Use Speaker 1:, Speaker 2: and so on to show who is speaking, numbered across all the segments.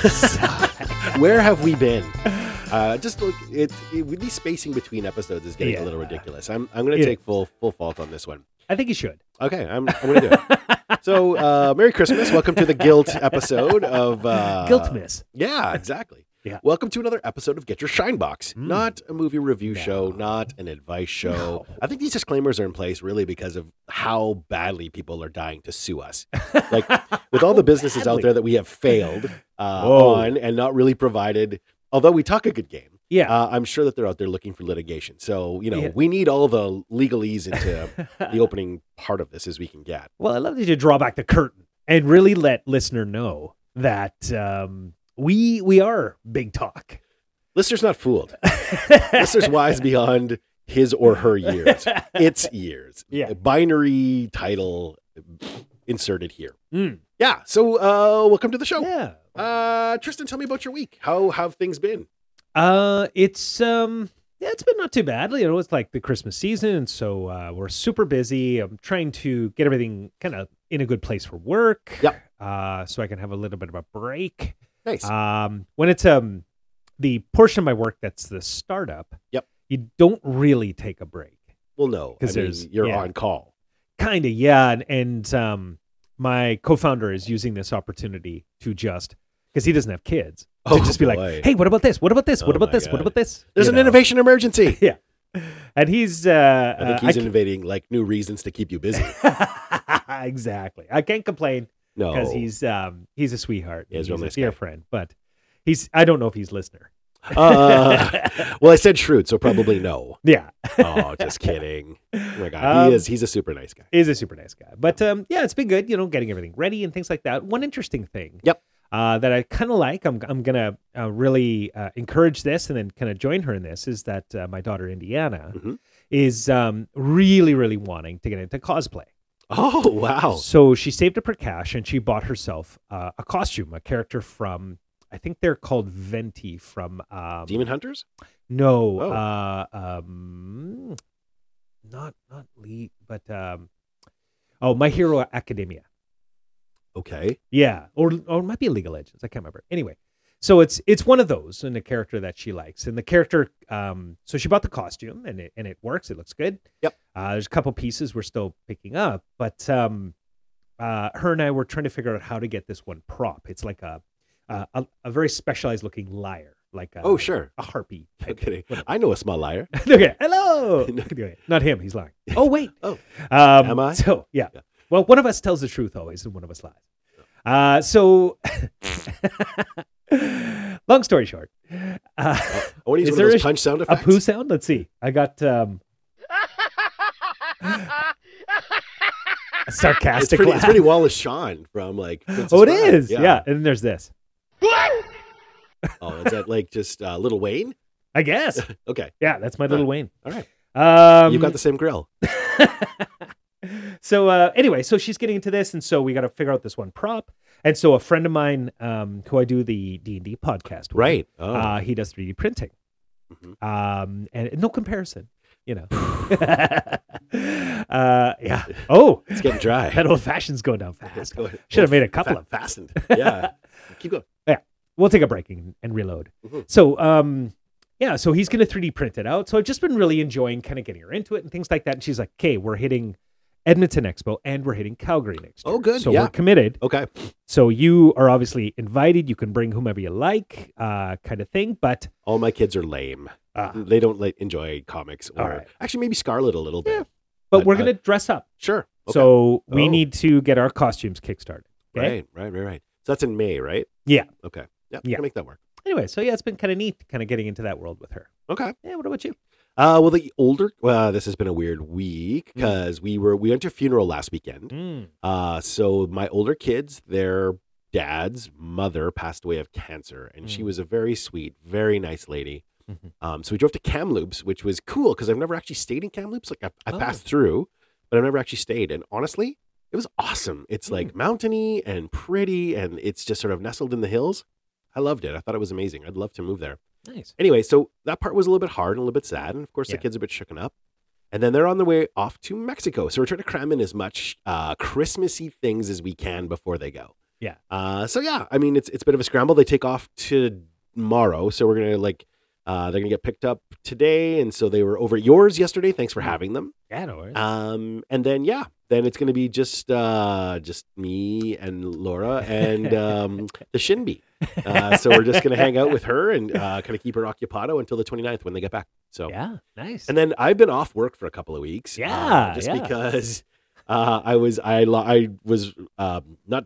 Speaker 1: Where have we been? Uh, just look, it, it with the spacing between episodes is getting
Speaker 2: Yeah.
Speaker 1: a little ridiculous. I'm I'm going to
Speaker 2: It
Speaker 1: take full full fault on this one.
Speaker 2: I think you should.
Speaker 1: Okay, I'm, I'm going to do it. So, uh, Merry Christmas! Welcome to the Guilt episode of uh,
Speaker 2: Guilt miss.
Speaker 1: Yeah, exactly.
Speaker 2: Yeah.
Speaker 1: Welcome to another episode of Get Your Shine Box.
Speaker 2: Mm.
Speaker 1: Not a movie review
Speaker 2: No.
Speaker 1: show, not an advice show.
Speaker 2: No.
Speaker 1: I think these disclaimers are in place really because of how badly people are dying to sue us. Like with all the businesses out
Speaker 2: badly.
Speaker 1: there that we have failed uh,
Speaker 2: Whoa.
Speaker 1: on and not really provided, although we talk a good game.
Speaker 2: Yeah.
Speaker 1: Uh, I'm sure that they're out there looking for litigation. So, you know,
Speaker 2: Yeah.
Speaker 1: we need all the legalese into the opening part of this as we can get.
Speaker 2: well, I love that you draw back the curtain and really let listener know that um, we we are big talk.
Speaker 1: Listener's not fooled. Listener's wise beyond his or her years. It's years.
Speaker 2: Yeah.
Speaker 1: A binary title inserted here.
Speaker 2: Mm.
Speaker 1: Yeah. So, uh, welcome to the show.
Speaker 2: Yeah.
Speaker 1: Uh, Tristan, tell me about your week. How have things been?
Speaker 2: Uh, it's um, yeah, it's been not too bad. You know, it's like the Christmas season, and so uh, we're super busy. I'm trying to get everything kind of in a good place for work.
Speaker 1: Yep.
Speaker 2: Uh, so I can have a little bit of a break.
Speaker 1: Nice.
Speaker 2: Um, when it's um, the portion of my work that's the startup.
Speaker 1: Yep.
Speaker 2: You don't really take a break.
Speaker 1: well, no, I
Speaker 2: 'cause
Speaker 1: mean,
Speaker 2: there's-
Speaker 1: you're
Speaker 2: yeah.
Speaker 1: on call.
Speaker 2: Kind of, yeah. And, and um, my co-founder is using this opportunity to just because he doesn't have kids. To just be
Speaker 1: Oh, boy.
Speaker 2: like, hey, what about this? What about this? What
Speaker 1: Oh
Speaker 2: about
Speaker 1: my
Speaker 2: this? What
Speaker 1: God.
Speaker 2: about this?
Speaker 1: there's
Speaker 2: You
Speaker 1: an
Speaker 2: know?
Speaker 1: innovation emergency.
Speaker 2: and he's uh,
Speaker 1: I think
Speaker 2: uh,
Speaker 1: he's
Speaker 2: I
Speaker 1: innovating like new reasons to keep you busy.
Speaker 2: ca- exactly. I can't complain
Speaker 1: No,
Speaker 2: because he's um he's a sweetheart.
Speaker 1: Yeah, he's a
Speaker 2: and
Speaker 1: Oh. real
Speaker 2: he's
Speaker 1: nice
Speaker 2: a dear
Speaker 1: guy.
Speaker 2: friend, but he's I don't know if he's listener.
Speaker 1: Uh, well, I said shrewd, so probably no.
Speaker 2: yeah,
Speaker 1: Oh, just kidding. Oh my god,
Speaker 2: Um,
Speaker 1: he is. He's a super nice guy.
Speaker 2: he's a super nice guy. But um yeah, it's been good. You know, getting everything ready and things like that. One interesting thing.
Speaker 1: Yep.
Speaker 2: Uh, that I kind of like. I'm I'm gonna uh, really uh, encourage this and then kind of join her in this. Is that uh, my daughter Indiana
Speaker 1: Mhm.
Speaker 2: is um really really wanting to get into cosplay.
Speaker 1: Oh wow.
Speaker 2: So she saved up her cash and she bought herself uh, a costume, a character from I think they're called Venti from um,
Speaker 1: Demon Hunters?
Speaker 2: No,
Speaker 1: Oh.
Speaker 2: uh, um, not not Lee, but um, oh, My Hero Academia.
Speaker 1: Okay.
Speaker 2: Yeah, or or it might be League of Legends. I can't remember. Anyway, so it's it's one of those and a character that she likes. And the character, um, so she bought the costume and it and it works. It looks good.
Speaker 1: Yep.
Speaker 2: Uh, there's a couple pieces we're still picking up, but um, uh, her and I were trying to figure out how to get this one prop. It's like a a, a, a very specialized looking lyre, like a,
Speaker 1: Oh sure.
Speaker 2: a harpy.
Speaker 1: No
Speaker 2: Type thing.
Speaker 1: kidding. I know a small liar.
Speaker 2: okay, hello.
Speaker 1: No.
Speaker 2: Anyway, Not him. He's lying. Oh wait.
Speaker 1: Oh.
Speaker 2: Um,
Speaker 1: Am I?
Speaker 2: So yeah.
Speaker 1: Yeah.
Speaker 2: Well, one of us tells the truth always, and one of us lies. Uh, so, long story short, uh,
Speaker 1: I want to
Speaker 2: Is
Speaker 1: use one of
Speaker 2: there
Speaker 1: those
Speaker 2: a-
Speaker 1: punch sound
Speaker 2: a
Speaker 1: effects.
Speaker 2: poo sound. Let's see. I got um, a
Speaker 1: it's,
Speaker 2: sarcastic
Speaker 1: pretty,
Speaker 2: laugh.
Speaker 1: it's pretty Wallace Shawn from like. Princess
Speaker 2: oh, it
Speaker 1: Bride.
Speaker 2: is. Yeah. And then there's this.
Speaker 1: Oh, is that like just uh, Little Wayne?
Speaker 2: I guess.
Speaker 1: Okay.
Speaker 2: Yeah, that's my little Wayne.
Speaker 1: All right.
Speaker 2: Um,
Speaker 1: You've got the same grill.
Speaker 2: so uh, anyway, so she's getting into this, and so we got to figure out this one prop. And so a friend of mine, um, who I do the D and D podcast, with,
Speaker 1: Right. Oh.
Speaker 2: Uh, he does 3D printing.
Speaker 1: Mhm.
Speaker 2: Um, and no comparison, you know. uh, yeah. Oh,
Speaker 1: it's getting dry.
Speaker 2: that old fashioned's going down
Speaker 1: It's
Speaker 2: fast.
Speaker 1: going-
Speaker 2: Should have made a couple
Speaker 1: Fa-
Speaker 2: of.
Speaker 1: fastened. Yeah. Keep going.
Speaker 2: We'll take a break and, and reload.
Speaker 1: Mhm.
Speaker 2: So, um, yeah, so he's going to 3D print it out. So I've just been really enjoying kind of getting her into it and things like that. And she's like, okay, we're hitting Edmonton Expo and we're hitting Calgary next
Speaker 1: Oh,
Speaker 2: year.
Speaker 1: good,
Speaker 2: So
Speaker 1: yeah.
Speaker 2: we're committed.
Speaker 1: Okay.
Speaker 2: So you are obviously invited. You can bring whomever you like, uh, kind of thing. But
Speaker 1: All my kids are lame.
Speaker 2: uh,
Speaker 1: They don't like enjoy comics or
Speaker 2: All right.
Speaker 1: actually maybe Scarlet a little bit.
Speaker 2: Yeah. but
Speaker 1: But-
Speaker 2: we're
Speaker 1: but-
Speaker 2: going to dress up.
Speaker 1: Sure. Okay.
Speaker 2: So we
Speaker 1: Oh.
Speaker 2: need to get our costumes kickstarted. Okay?
Speaker 1: right, right, right, right. So that's in May, right?
Speaker 2: Yeah.
Speaker 1: Okay. Yeah.
Speaker 2: Yeah.
Speaker 1: Can make that work.
Speaker 2: Anyway, so yeah, it's been kind of neat, kind of getting into that world with her.
Speaker 1: Okay.
Speaker 2: Yeah. What about you?
Speaker 1: Uh, well, the older. Well, this has been a weird week
Speaker 2: Mm.
Speaker 1: because we were we went to a funeral last weekend. Uh, so my older kids, their dad's mother passed away of cancer, and she
Speaker 2: Mm.
Speaker 1: was a very sweet, very nice lady.
Speaker 2: Mhm.
Speaker 1: Um, so we drove to Kamloops, which was cool because I've never actually stayed in Kamloops. Like I, I
Speaker 2: Oh.
Speaker 1: passed through, but I've never actually stayed. And honestly, it was awesome. It's
Speaker 2: Mm.
Speaker 1: like mountainy and pretty, and it's just sort of nestled in the hills. I loved it. I thought it was amazing. I'd love to move there
Speaker 2: Nice.
Speaker 1: anyway, so that part was a little bit hard and a little bit sad, and of course
Speaker 2: Yeah.
Speaker 1: the kids are a bit shooken up. And then they're on their way off to Mexico, so we're trying to cram in as much uh, Christmassy things as we can before they go.
Speaker 2: Yeah.
Speaker 1: Uh, so yeah, I mean, it's it's a bit of a scramble. They take off tomorrow, so we're gonna like uh, they're gonna get picked up today, and so they were over at yours yesterday. Thanks
Speaker 2: Mm-hmm.
Speaker 1: for having them.
Speaker 3: Yeah, no worries.
Speaker 1: Um, and then yeah, then it's gonna be just uh, just me and Laura and um, the Shinbi. Uh, so we're just gonna hang out with her and uh, kind of keep her occupado until the 29th when they get back. So
Speaker 3: yeah, nice.
Speaker 1: and then I've been off work for a couple of weeks. uh,
Speaker 3: Yeah,
Speaker 1: just
Speaker 3: yeah.
Speaker 1: because uh, I was I lo- I was um, not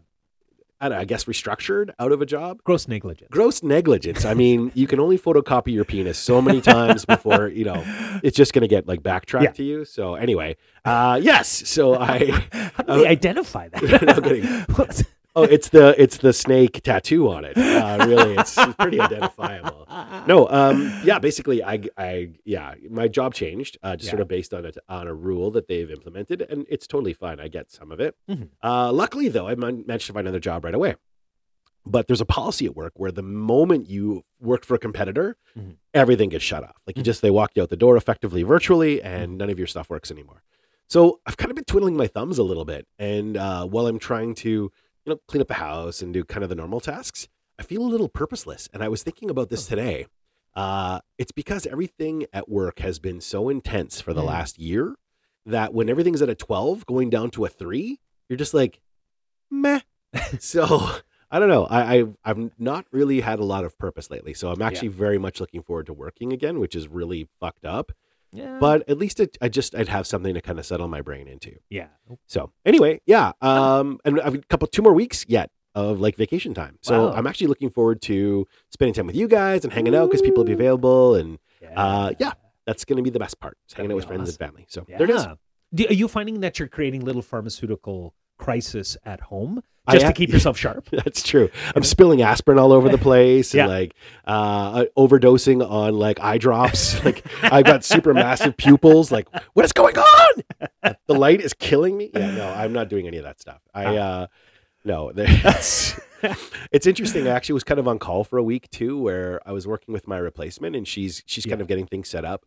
Speaker 1: I, don't know, I guess restructured out of a job.
Speaker 2: Gross negligence.
Speaker 1: Gross negligence. I mean, you can only photocopy your penis so many times before you know it's just going to get like backtracked
Speaker 2: Yeah.
Speaker 1: to you. So anyway, uh, yes. So I
Speaker 3: How do we identify
Speaker 1: uh, No kidding.
Speaker 3: that? What's-
Speaker 1: oh, it's the it's the snake tattoo on it. Uh, really, it's pretty identifiable.
Speaker 2: Uh-uh.
Speaker 1: no um yeah basically i i yeah my job changed uh just sort
Speaker 2: Yeah.
Speaker 1: of based on a on a rule that they've implemented and it's totally fine i get some of it
Speaker 3: Mhm.
Speaker 1: uh luckily though i man- managed to find another job right away but there's a policy at work where the moment you work for a competitor
Speaker 3: Mhm.
Speaker 1: everything gets shut off like you just they walk you out the door effectively virtually and none of your stuff works anymore so i've kind of been twiddling my thumbs a little bit and uh while i'm trying to you know clean up the house and do kind of the normal tasks i feel a little purposeless and i was thinking about this today uh, it's because everything at work has been so intense for the
Speaker 3: Mm.
Speaker 1: last year that when everything's at a 12 going down to a 3 you're just like meh so i don't know I, I i've not really had a lot of purpose lately so i'm actually very much looking forward to working again which is really fucked up
Speaker 3: Yeah.
Speaker 1: but at least it, i just i'd have something to kind of settle my brain into
Speaker 2: Yeah.
Speaker 1: so anyway yeah um and i've a couple two more weeks yet of like vacation time so
Speaker 3: Wow.
Speaker 1: i'm actually looking forward to spending time with you guys and hanging out because people
Speaker 3: Mm-hmm.
Speaker 1: will be available and
Speaker 2: Yeah.
Speaker 1: uh, yeah, that's going to be the best part. Just hanging
Speaker 3: That'd
Speaker 1: out with
Speaker 3: be
Speaker 1: friends and family. So
Speaker 3: Yeah.
Speaker 1: there it is.
Speaker 2: Do- are you finding that you're creating little pharmaceutical crisis at home
Speaker 1: I
Speaker 2: just
Speaker 1: ha-
Speaker 2: to keep yourself sharp?
Speaker 1: That's true. I'm spilling aspirin all over the place
Speaker 2: Yeah.
Speaker 1: and like uh, overdosing on like eye drops. like I've got super massive pupils. Like what is going on? The light is killing me. Yeah, no, I'm not doing any of that stuff. I uh, no, that's. It's interesting. I actually was kind of on call for a week too, where I was working with my replacement, and she's she's kind
Speaker 2: Yeah.
Speaker 1: of getting things set up.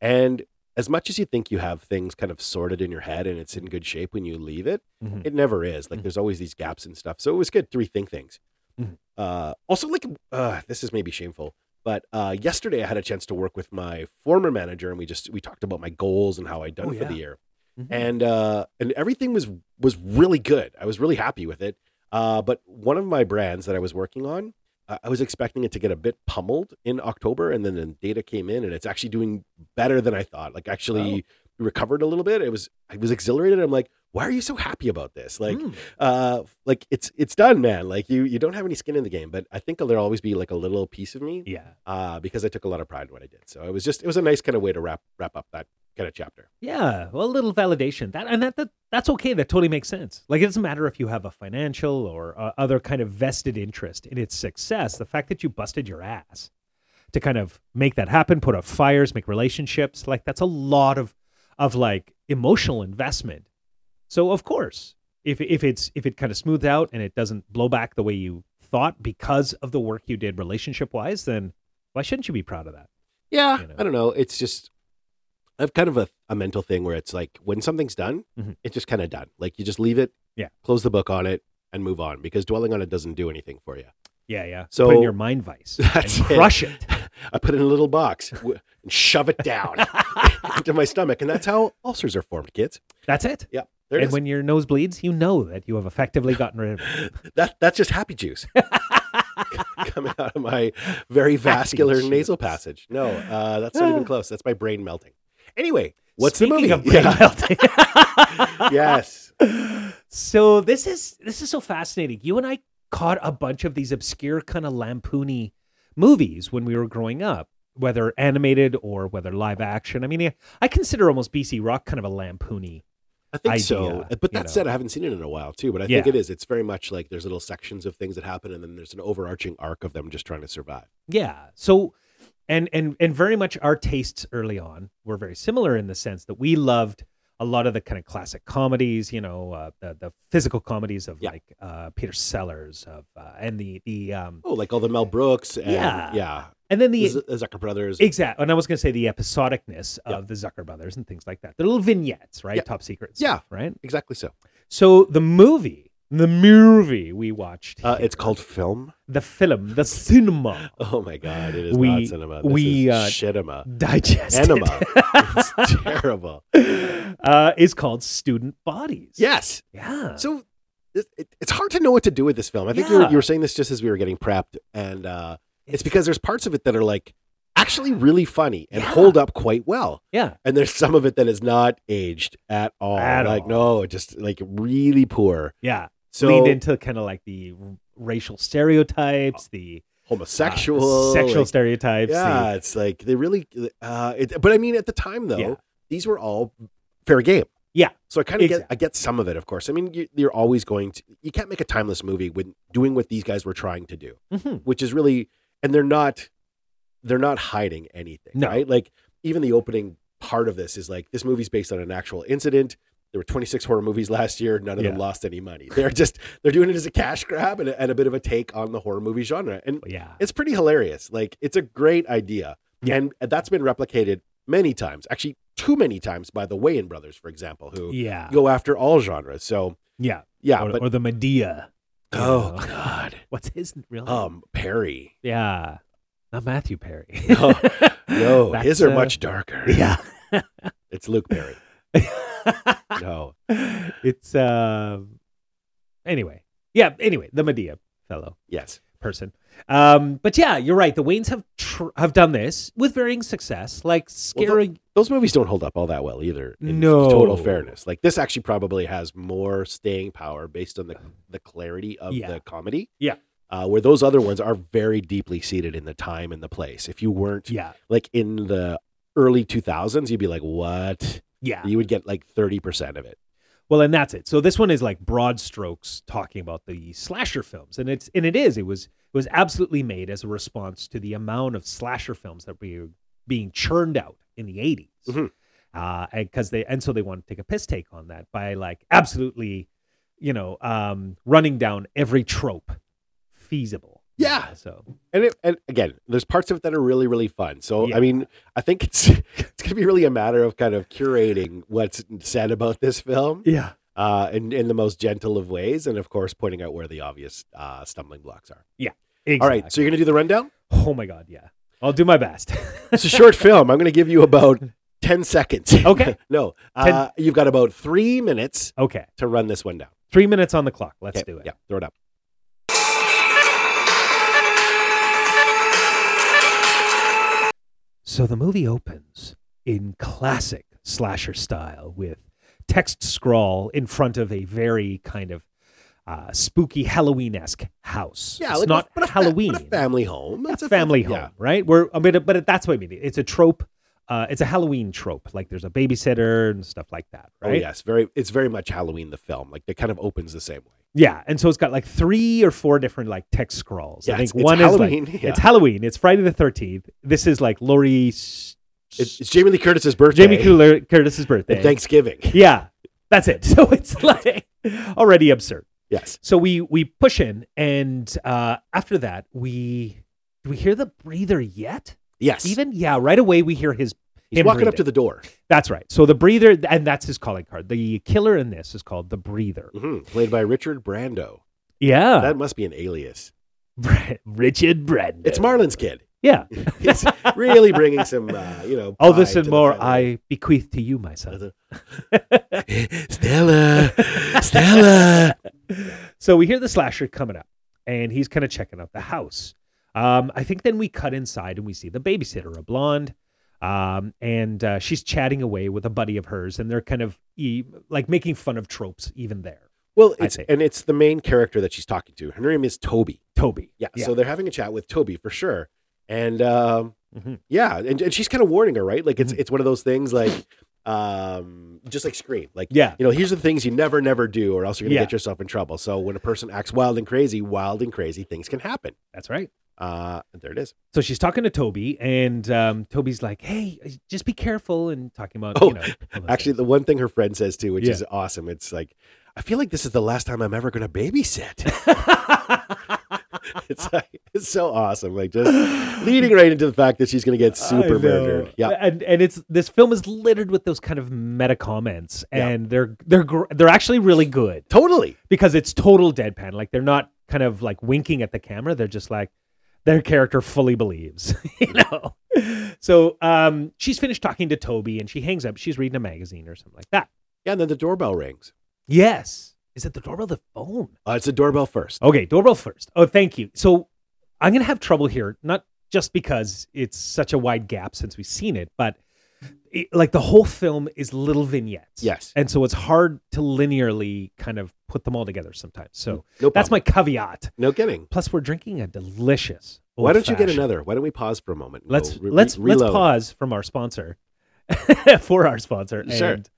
Speaker 1: And as much as you think you have things kind of sorted in your head and it's in good shape when you leave it,
Speaker 3: Mhm.
Speaker 1: it never is. Like
Speaker 3: Mhm.
Speaker 1: there's always these gaps and stuff. So it was good to rethink things.
Speaker 3: Mhm.
Speaker 1: Uh, also, like uh, this is maybe shameful, but uh, yesterday I had a chance to work with my former manager, and we just we talked about my goals and how I done
Speaker 3: Oh,
Speaker 1: for
Speaker 3: yeah.
Speaker 1: the year,
Speaker 3: Mhm.
Speaker 1: and uh, and everything was was really good. I was really happy with it. Uh, but one of my brands that I was working on, uh, I was expecting it to get a bit pummeled in October, and then the data came in, and it's actually doing better than I thought. Like actually recovered a little bit. It was I was exhilarated. I'm like, why are you so happy about this?
Speaker 2: Mm-hmm.
Speaker 1: Like,
Speaker 3: Mm.
Speaker 1: uh, like it's it's done, man. Like you you don't have any skin in the game, but I think there'll always be like a little piece of me
Speaker 2: Yeah.
Speaker 1: uh, because I took a lot of pride in what I did. So it was just it was a nice kind of way to wrap wrap up that kind of chapter.
Speaker 2: Yeah, well, a little validation that, and that, that that's okay. That totally makes sense. Like it doesn't matter if you have a financial or uh, other kind of vested interest in its success. The fact that you busted your ass to kind of make that happen, put out fires, make relationships, like that's a lot of of like emotional investment. So of course, if if it's if it kind of smooths out and it doesn't blow back the way you thought because of the work you did relationship wise, then why shouldn't you be proud of that?
Speaker 1: Yeah,
Speaker 2: You know.
Speaker 1: I don't know. It's just I have kind of a, a mental thing where it's like when something's done,
Speaker 2: Mhm.
Speaker 1: it's just kind of done. Like you just leave it,
Speaker 2: Yeah.
Speaker 1: close the book on it, and move on because dwelling on it doesn't do anything for you.
Speaker 2: Yeah, yeah.
Speaker 1: So-
Speaker 2: put in your mind vice, and
Speaker 1: That's it.
Speaker 2: crush it.
Speaker 1: I put it in a little box w- and shove it down into my stomach, and that's how ulcers are formed, kids.
Speaker 2: That's it.
Speaker 1: There it
Speaker 2: and
Speaker 1: is.
Speaker 2: when your nose bleeds, you know that you have effectively gotten rid of it.
Speaker 1: that that's just happy juice coming out of my very vascular
Speaker 2: juice. Ah.
Speaker 1: nasal passage. No, uh, that's not even close. That's my brain melting. Anyway, what's the
Speaker 2: Speaking
Speaker 1: movie?
Speaker 2: of brain
Speaker 1: Yeah.
Speaker 2: melting.
Speaker 1: yes.
Speaker 2: So this is this is so fascinating. You and I caught a bunch of these obscure kind of lampoony movies when we were growing up, whether animated or whether live action. I mean, I- I consider almost BC Rock kind of a lampoony.
Speaker 1: I think so.
Speaker 2: idea,
Speaker 1: But
Speaker 2: you
Speaker 1: that
Speaker 2: know.
Speaker 1: said, I haven't seen it in a while too. But I think
Speaker 2: Yeah.
Speaker 1: it is. It's very much like there's little sections of things that happen, and then there's an overarching arc of them just trying to survive.
Speaker 2: Yeah. So and and and very much our tastes early on were very similar in the sense that we loved a lot of the kind of classic comedies, you know, uh, the the physical comedies of
Speaker 1: Yeah.
Speaker 2: like uh, Peter Sellers of uh, and the the um
Speaker 1: Oh, like all the Mel Brooks and
Speaker 2: Yeah.
Speaker 1: yeah,
Speaker 2: and then
Speaker 1: the
Speaker 2: the e,
Speaker 1: Z- Zucker brothers.
Speaker 2: exact and I was going to say the episodicness
Speaker 1: Yeah.
Speaker 2: of the Zucker brothers and things like that. The little vignettes, right?
Speaker 1: Yeah.
Speaker 2: Top secrets.
Speaker 1: Yeah.
Speaker 2: right?
Speaker 1: exactly so.
Speaker 2: So the movie The movie we watched.
Speaker 1: Uh,
Speaker 2: here.
Speaker 1: it's called film.
Speaker 2: the film, the cinema.
Speaker 1: Oh my god, it is
Speaker 2: We-
Speaker 1: not cinema. This
Speaker 2: we,
Speaker 1: is
Speaker 2: uh,
Speaker 1: shitima.
Speaker 2: Digest
Speaker 1: Enema. it's terrible.
Speaker 2: uh, is called Student Bodies.
Speaker 1: Yes.
Speaker 2: Yeah.
Speaker 1: So it, it- it's hard to know what to do with this film. I think you, were,
Speaker 2: Yeah.
Speaker 1: you were saying this just as we were getting prepped, and uh, it's because there's parts of it that are like actually really funny and
Speaker 2: Yeah.
Speaker 1: hold up quite well,
Speaker 2: yeah.
Speaker 1: and there's some of it that is not aged at all.
Speaker 2: At
Speaker 1: like
Speaker 2: all.
Speaker 1: no, it just like really poor.
Speaker 2: Yeah.
Speaker 1: So
Speaker 2: Leaned into kind of like the r- racial stereotypes, the uh,
Speaker 1: homosexual,
Speaker 2: sexual
Speaker 1: like,
Speaker 2: stereotypes. the-
Speaker 1: Yeah, it's like they really. Uh, it, but I mean, at the time though,
Speaker 2: Yeah.
Speaker 1: these were all fair game.
Speaker 2: Yeah,
Speaker 1: So I kind of get
Speaker 2: exactly.
Speaker 1: I get some of it, of course. I mean, you, you're always going to you can't make a timeless movie when doing what these guys were trying to do,
Speaker 2: Mhm.
Speaker 1: which is really and they're not they're not hiding anything,
Speaker 2: No.
Speaker 1: right? Like even the opening part of this is like this movie's based on an actual incident. There were 26 horror movies last year. None of them
Speaker 2: Yeah.
Speaker 1: lost any money. They're just they're doing it as a cash grab and a, and a bit of a take on the horror movie genre. And
Speaker 2: yeah.
Speaker 1: it's pretty hilarious. Like it's a great idea,
Speaker 2: Yeah.
Speaker 1: and that's been replicated many times, actually too many times by the Wayan brothers, for example, who
Speaker 2: Yeah.
Speaker 1: go after all genres. So
Speaker 2: Yeah.
Speaker 1: yeah,
Speaker 2: or,
Speaker 1: but
Speaker 2: or the Medea. you
Speaker 1: oh
Speaker 2: know.
Speaker 1: god,
Speaker 2: What's his real name?
Speaker 1: um, Perry, Oh,
Speaker 2: Yeah. Not Matthew Perry.
Speaker 1: No. no,
Speaker 2: That's,
Speaker 1: his are
Speaker 2: uh,
Speaker 1: much darker.
Speaker 2: Yeah.
Speaker 1: it's Luke Perry. No,
Speaker 2: it's um anyway. Yeah, anyway, the Medea fellow
Speaker 1: yes,
Speaker 2: person. Um but yeah, you're right. The Waynes have tr- have done this with varying success, like
Speaker 1: Well, tho-
Speaker 2: scaring
Speaker 1: those movies don't hold up all that well either. In
Speaker 2: No.
Speaker 1: total fairness, like this actually probably has more staying power based on the the clarity of
Speaker 2: Yeah.
Speaker 1: the comedy.
Speaker 2: Yeah.
Speaker 1: Uh, where those other ones are very deeply seated in the time and the place. If you weren't
Speaker 2: yeah,
Speaker 1: like in the early 2000s you'd be like what
Speaker 2: yeah.
Speaker 1: you would get like 30% of it
Speaker 2: Well, and that's it. So this one is like broad strokes talking about the slasher films, and it's and it is. It was it was absolutely made as a response to the amount of slasher films that were being churned out in the 80s
Speaker 1: Mhm.
Speaker 2: uh, and because they and so they want to take a piss take on that by like absolutely, you know, um, running down every trope feasible.
Speaker 1: Yeah.
Speaker 2: So
Speaker 1: and it, and again there's parts of it that are really really fun so
Speaker 2: Yeah.
Speaker 1: i mean i think it's it's going to be really a matter of kind of curating what's said about this film
Speaker 2: yeah,
Speaker 1: uh in, in the most gentle of ways and of course pointing out where the obvious uh, stumbling blocks are
Speaker 2: exactly.
Speaker 1: all right so you're going to do the rundown
Speaker 2: oh my god, yeah. I'll do my best.
Speaker 1: it's a short film i'm going to give you about 10 seconds
Speaker 2: Okay.
Speaker 1: no uh, you've got about three minutes
Speaker 2: okay,
Speaker 1: to run this one down
Speaker 2: three minutes on the clock. Let's
Speaker 1: Okay,
Speaker 2: do it.
Speaker 1: yeah throw it up
Speaker 2: So the movie opens in classic slasher style with text scrawl in front of a very kind of uh, spooky Halloween esque house.
Speaker 1: yeah
Speaker 2: it's
Speaker 1: like a-
Speaker 2: not
Speaker 1: but a fa- but
Speaker 2: Halloween.
Speaker 1: a family home
Speaker 2: a
Speaker 1: It's a fa-
Speaker 2: family home,
Speaker 1: yeah.
Speaker 2: right? Where I mean, but that's what I mean. It's a trope. Uh, it's a Halloween trope. Like there's a babysitter and stuff like that, right?
Speaker 1: Oh yes, very. It's very much Halloween the film. Like it kind of opens the same way.
Speaker 2: Yeah, and so it's got like three or four different like text scrolls.
Speaker 1: Yeah,
Speaker 2: I think
Speaker 1: it's- it's
Speaker 2: one
Speaker 1: Halloween,
Speaker 2: is like
Speaker 1: yeah.
Speaker 2: it's Halloween. It's Friday the Thirteenth. This is like Laurie, S-
Speaker 1: It's, it's Jamie Lee Curtis's birthday.
Speaker 2: Jamie Cooler, Curtis's birthday.
Speaker 1: and Thanksgiving.
Speaker 2: Yeah, that's it. So it's like already absurd.
Speaker 1: Yes.
Speaker 2: So we we push in, and uh, after that we do we hear the breather yet?
Speaker 1: Yes.
Speaker 2: Even yeah, right away we hear his
Speaker 1: He's
Speaker 2: him
Speaker 1: walking up
Speaker 2: breathing.
Speaker 1: to the door.
Speaker 2: That's right. So the breather, and that's his calling card. The killer in this is called the breather.
Speaker 1: Mhm. Played by Richard Brando.
Speaker 2: Yeah,
Speaker 1: That must be an alias.
Speaker 2: Richard Brandon.
Speaker 1: It's Marlin's kid.
Speaker 2: Yeah,
Speaker 1: He's really bringing some, uh, you know.
Speaker 2: all this
Speaker 1: pride
Speaker 2: and
Speaker 1: to the
Speaker 2: more
Speaker 1: family.
Speaker 2: I bequeath to you, my son.
Speaker 1: Stella, Stella.
Speaker 2: So we hear the slasher coming up, and he's kind of checking out the house. Um, I think then we cut inside and we see the babysitter, a blonde, um, and uh, she's chatting away with a buddy of hers, and they're kind of e- like making fun of tropes even there.
Speaker 1: Well,
Speaker 2: I
Speaker 1: it's
Speaker 2: think.
Speaker 1: and it's the main character that she's talking to. Her name is Toby.
Speaker 2: Toby,
Speaker 1: Yeah,
Speaker 2: yeah,
Speaker 1: So they're having a chat with Toby for sure. And um,
Speaker 2: Mhm.
Speaker 1: yeah, and, and she's kind of warning her, right? Like it's
Speaker 2: Mhm.
Speaker 1: it's one of those things like um just like scream. Like
Speaker 2: yeah,
Speaker 1: you know, here's the things you never never do or else you're gonna
Speaker 2: Yeah.
Speaker 1: get yourself in trouble. So when a person acts wild and crazy, wild and crazy things can happen.
Speaker 2: that's right.
Speaker 1: Uh there it is.
Speaker 2: So she's talking to Toby, and um, Toby's like, "Hey, just be careful," and talking about
Speaker 1: Oh,
Speaker 2: you know, all those
Speaker 1: Actually,
Speaker 2: things.
Speaker 1: the one thing her friend says too, which
Speaker 2: Yeah.
Speaker 1: is awesome, it's like I feel like this is the last time I'm ever gonna babysit. it's like, it's so awesome. Like just leading right into the fact that she's going to get super
Speaker 2: I know.
Speaker 1: murdered. Yeah.
Speaker 2: and and it's this film is littered with those kind of meta comments,
Speaker 1: Yeah.
Speaker 2: and they're they're gr- they're actually really good
Speaker 1: Totally.
Speaker 2: because it's total deadpan. Like they're not kind of like winking at the camera; they're just like their character fully believes, you know. So um, she's finished talking to Toby, and she hangs up. She's reading a magazine or something like that.
Speaker 1: Yeah, and then the doorbell rings.
Speaker 2: Yes, is it the doorbell? The phone?
Speaker 1: Uh, it's a doorbell first.
Speaker 2: Okay, doorbell first. Oh, thank you. So I'm going to have trouble here, not just because it's such a wide gap since we've seen it, but it, like the whole film is little vignettes.
Speaker 1: Yes.
Speaker 2: And so it's hard to linearly kind of put them all together sometimes. So
Speaker 1: No problem.
Speaker 2: that's my caveat.
Speaker 1: no kidding.
Speaker 2: Plus, we're drinking a delicious.
Speaker 1: Why don't you get
Speaker 2: old-fashioned.
Speaker 1: another? Why don't we pause for a moment? and
Speaker 2: Let's
Speaker 1: go re-
Speaker 2: let's
Speaker 1: re-
Speaker 2: let's
Speaker 1: reload.
Speaker 2: pause from our sponsor for our sponsor.
Speaker 1: Sure.
Speaker 2: And,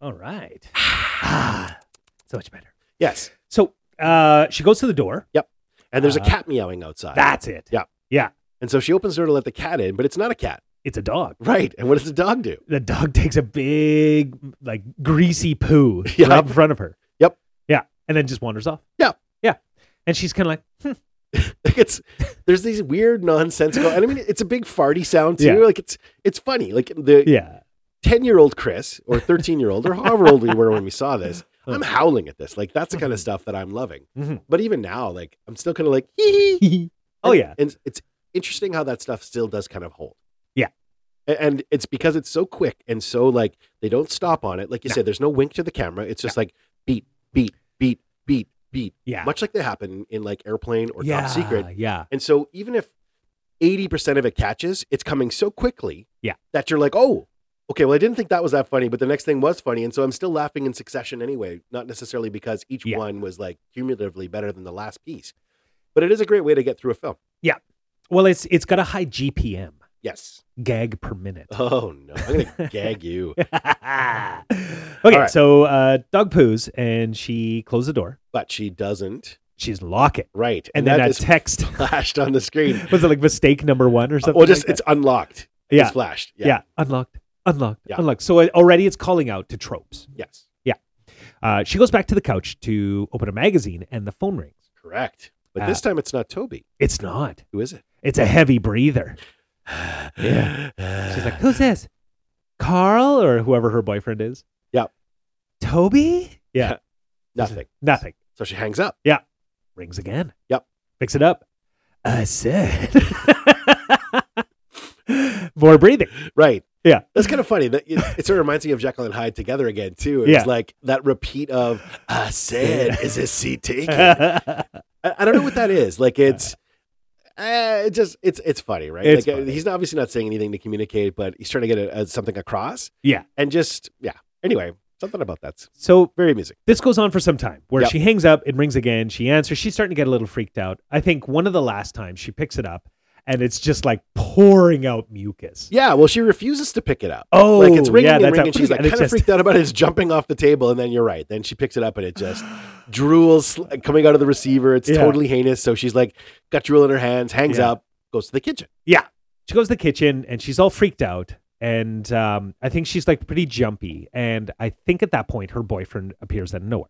Speaker 2: all right. ah, so much better.
Speaker 1: Yes.
Speaker 2: So uh, she goes to the door.
Speaker 1: And there's a
Speaker 2: Uh,
Speaker 1: cat meowing outside.
Speaker 2: That's it.
Speaker 1: And so she opens the door to let the cat in, but it's not a cat.
Speaker 2: It's a dog.
Speaker 1: Right. And what does the dog do?
Speaker 2: the dog takes a big like greasy poo
Speaker 1: Yeah.
Speaker 2: right in front of her.
Speaker 1: Yep.
Speaker 2: Yeah, and then just wanders off.
Speaker 1: Yeah.
Speaker 2: yeah, and she's kind of like, hmm,
Speaker 1: Like it's there's these weird nonsensical and I mean it's a big farty sound too.
Speaker 2: Yeah.
Speaker 1: Like it's it's funny. Like the
Speaker 2: yeah,
Speaker 1: ten year old Chris or thirteen year old or however old we were when we saw this, I'm howling at this. Like that's the
Speaker 2: Mm-hmm.
Speaker 1: kind of stuff that I'm loving.
Speaker 2: Mhm.
Speaker 1: But even now, like I'm still kind of like hee hee.
Speaker 2: oh yeah,
Speaker 1: And it's interesting how that stuff still does kind of hold.
Speaker 2: Yeah.
Speaker 1: A- And it's because it's so quick and so like they don't stop on it. Like you
Speaker 2: No.
Speaker 1: said, there's no wink to the camera. It's just like beat, beat, beat, beat, beat.
Speaker 2: yeah,
Speaker 1: Much like they happen in like airplane or
Speaker 2: yeah,
Speaker 1: top secret.
Speaker 2: yeah,
Speaker 1: And so even if 80% of it catches, it's coming so quickly
Speaker 2: Yeah.
Speaker 1: that you're like, oh, okay, well, I didn't think that was that funny, but the next thing was funny. And so I'm still laughing in succession anyway, not necessarily because each
Speaker 2: Yeah.
Speaker 1: one was like cumulatively better than the last piece. But it is a great way to get through a film.
Speaker 2: Well, it's it's got a high GPM,
Speaker 1: Yes.
Speaker 2: gag per minute.
Speaker 1: Oh, no. I'm going to gag you.
Speaker 2: okay,
Speaker 1: right.
Speaker 2: so uh, dog poos and she closes the door.
Speaker 1: But she doesn't.
Speaker 2: She's lock it,
Speaker 1: Right.
Speaker 2: and, then
Speaker 1: that
Speaker 2: a
Speaker 1: is
Speaker 2: text
Speaker 1: flashed on the screen.
Speaker 2: was it like mistake number one or something?
Speaker 1: Uh, Well, just
Speaker 2: like
Speaker 1: it's unlocked.
Speaker 2: that? yeah,
Speaker 1: It's flashed.
Speaker 2: yeah,
Speaker 1: Yeah.
Speaker 2: unlocked, unlocked,
Speaker 1: Yeah.
Speaker 2: unlocked. So it, already it's calling out to tropes.
Speaker 1: Yes.
Speaker 2: Uh, she goes back to the couch to open a magazine, and the phone rings.
Speaker 1: Correct. But
Speaker 2: Uh,
Speaker 1: this time it's not Toby.
Speaker 2: It's not.
Speaker 1: Who is it?
Speaker 2: It's a heavy breather. Yeah. She's like, "Who's this? Carl or whoever her boyfriend is?"
Speaker 1: Yep.
Speaker 2: Toby. Yeah.
Speaker 1: nothing.
Speaker 2: Nothing.
Speaker 1: So she hangs up.
Speaker 2: Rings again.
Speaker 1: Yep.
Speaker 2: Picks it up. I said. More breathing.
Speaker 1: Right.
Speaker 2: Yeah.
Speaker 1: That's kind of funny. That it, it sort of reminds me of Jekyll and Hyde together again too. It
Speaker 2: Yeah.
Speaker 1: was like that repeat of "I said, is this seat taken?" I,
Speaker 2: yeah.
Speaker 1: I don't know what that is. Like it's, uh, it just it's it's funny, right?
Speaker 2: It's
Speaker 1: like uh,
Speaker 2: funny.
Speaker 1: he's obviously not saying anything to communicate, but he's trying to get a, a, something across, and just yeah. Anyway, something about that's
Speaker 2: So
Speaker 1: very amusing.
Speaker 2: this goes on for some time where
Speaker 1: Yep.
Speaker 2: she hangs up, it rings again, she answers, she's starting to get a little freaked out. I think one of the last times she picks it up and it's just like pouring out mucus.
Speaker 1: Yeah. Well, she refuses to pick it up.
Speaker 2: Oh,
Speaker 1: like it's ringing
Speaker 2: yeah,
Speaker 1: and
Speaker 2: that's
Speaker 1: ringing.
Speaker 2: how-
Speaker 1: And she's like
Speaker 2: and it
Speaker 1: kind of
Speaker 2: just-
Speaker 1: freaked out about it. It's jumping off the table, and then you're right. Then she picks it up, and it just drool sl- coming out of the receiver. It's
Speaker 2: Yeah.
Speaker 1: totally heinous. So she's like got drool in her hands, hangs
Speaker 2: Yeah.
Speaker 1: up, goes to the kitchen.
Speaker 2: She goes to the kitchen and she's all freaked out. And um, I think she's like pretty jumpy. And I think at that point her boyfriend appears out of nowhere.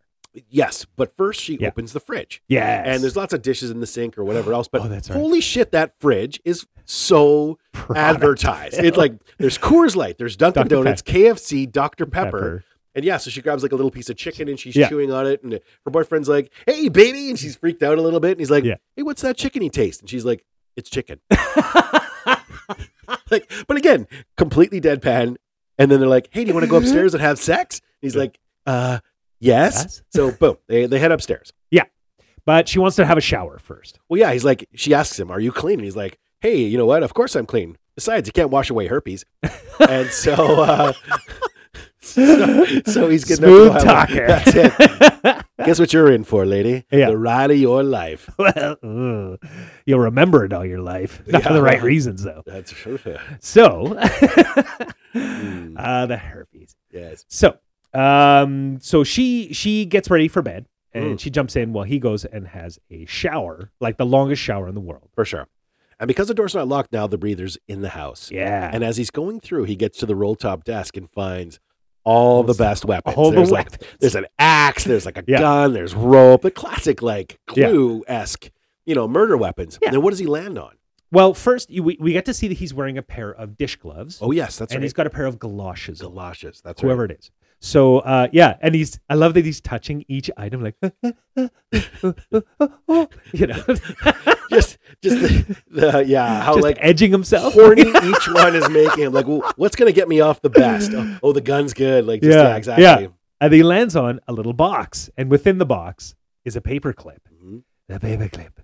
Speaker 1: Yes, but first she
Speaker 2: Yeah.
Speaker 1: opens the fridge,
Speaker 2: Yes.
Speaker 1: and there's lots of dishes in the sink or whatever else. But
Speaker 2: Oh, that's right.
Speaker 1: holy shit, that fridge is so advertised. It's like there's Coors Light, there's Dunkin'
Speaker 2: Dr.
Speaker 1: Donuts, KFC, Dr Pepper.
Speaker 2: Pepper.
Speaker 1: And yeah, so she grabs like a little piece of chicken and she's
Speaker 2: Yeah.
Speaker 1: chewing on it. And her boyfriend's like, hey, baby. And she's freaked out a little bit. And he's like,
Speaker 2: Yeah.
Speaker 1: hey, what's that chicken you taste? And she's like, it's chicken. like, but again, completely deadpan. And then they're like, hey, do you want to go upstairs and have sex? And he's
Speaker 2: Yeah.
Speaker 1: like, uh, yes.
Speaker 2: Yes.
Speaker 1: So boom, they, they head upstairs.
Speaker 2: But she wants to have a shower first.
Speaker 1: Well, yeah, he's like, she asks him, are you clean? And he's like, hey, you know what? Of course I'm clean. Besides, you can't wash away herpes. and so, uh, so, so he's getting up
Speaker 2: Smooth
Speaker 1: a while.
Speaker 2: talker.
Speaker 1: That's it. Guess what you're in for, lady?
Speaker 2: Yeah.
Speaker 1: The ride of your life.
Speaker 2: well, ugh. you'll remember it all your life. Not for the
Speaker 1: Yeah.
Speaker 2: right reasons, though.
Speaker 1: That's true. Hmm,
Speaker 2: So, uh, the herpes.
Speaker 1: yes.
Speaker 2: So, um, so she she gets ready for bed and
Speaker 1: Mm.
Speaker 2: she jumps in while he goes and has a shower, like the longest shower in the world.
Speaker 1: For sure. And because the door's not locked now, the breather's in the house.
Speaker 2: Yeah,
Speaker 1: And as he's going through, he gets to the roll top desk and finds all the best weapons.
Speaker 2: all the
Speaker 1: there's like
Speaker 2: weapons.
Speaker 1: there's an axe, there's like a
Speaker 2: Yeah.
Speaker 1: gun, there's rope, the classic like
Speaker 2: Yeah.
Speaker 1: clue esque. you know, murder weapons.
Speaker 2: Yeah.
Speaker 1: Then what does he land on?
Speaker 2: Well, first you, we we get to see that he's wearing a pair of dish gloves,
Speaker 1: Oh yes, that's
Speaker 2: and
Speaker 1: right.
Speaker 2: he's got a pair of galoshes. on,
Speaker 1: galoshes. That's
Speaker 2: whoever
Speaker 1: right.
Speaker 2: it is. So uh, yeah, and he's I love that he's touching each item like you know,
Speaker 1: Just, just the, the yeah. How
Speaker 2: just
Speaker 1: like
Speaker 2: edging himself.
Speaker 1: horny each one is making him. Like, well, what's gonna get me off the best? Oh, oh, the gun's good. Like, just, yeah,
Speaker 2: Yeah,
Speaker 1: exactly.
Speaker 2: yeah. And he lands on a little box, and within the box is a paperclip.
Speaker 1: Mhm,
Speaker 2: The paperclip,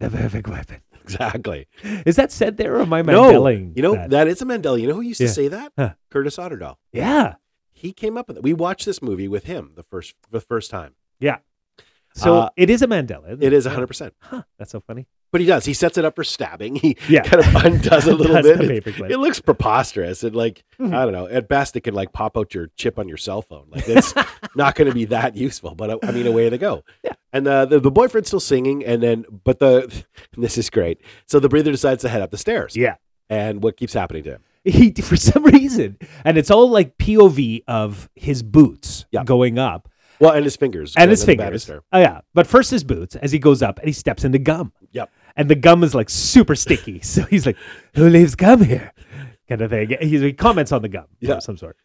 Speaker 2: the perfect weapon.
Speaker 1: Exactly.
Speaker 2: Is that said there, or am I
Speaker 1: no,
Speaker 2: mandeling?
Speaker 1: you know
Speaker 2: that?
Speaker 1: that is a Mandela. You know who used to
Speaker 2: Yeah.
Speaker 1: say that?
Speaker 2: Huh.
Speaker 1: Curtis Otterdahl.
Speaker 2: yeah,
Speaker 1: He came up with it. We watched this movie with him the first the first time.
Speaker 2: so
Speaker 1: Uh,
Speaker 2: it is a Mandela. isn't
Speaker 1: It is
Speaker 2: Hmm. Yeah.
Speaker 1: hundred percent.
Speaker 2: Huh, that's so funny.
Speaker 1: But he does. He sets it up for stabbing. He
Speaker 2: Yeah.
Speaker 1: kind of undoes a little
Speaker 2: That's
Speaker 1: bit.
Speaker 2: the
Speaker 1: It-
Speaker 2: paperclip.
Speaker 1: It looks preposterous. And like,
Speaker 2: Mhm.
Speaker 1: I don't know. At best, it could like pop out your chip on your cell phone. Like, it's not going to be that useful. But uh, I, I mean, away they go.
Speaker 2: Yeah.
Speaker 1: And uh, the, the the boyfriend's still singing. And then, but the this is great. So the breather decides to head up the stairs.
Speaker 2: Yeah.
Speaker 1: And what keeps happening to him?
Speaker 2: he for some reason, and it's all like POV of his boots
Speaker 1: Yeah.
Speaker 2: going up
Speaker 1: Well, and his fingers.
Speaker 2: and his
Speaker 1: going to the
Speaker 2: fingers.
Speaker 1: banister.
Speaker 2: Oh yeah, but first his boots as he goes up, and he steps into gum.
Speaker 1: Yep.
Speaker 2: And the gum is like super sticky, so he's like, "Who leaves gum here?" kind of thing. He, he comments on the gum
Speaker 1: Yeah.
Speaker 2: of some sort.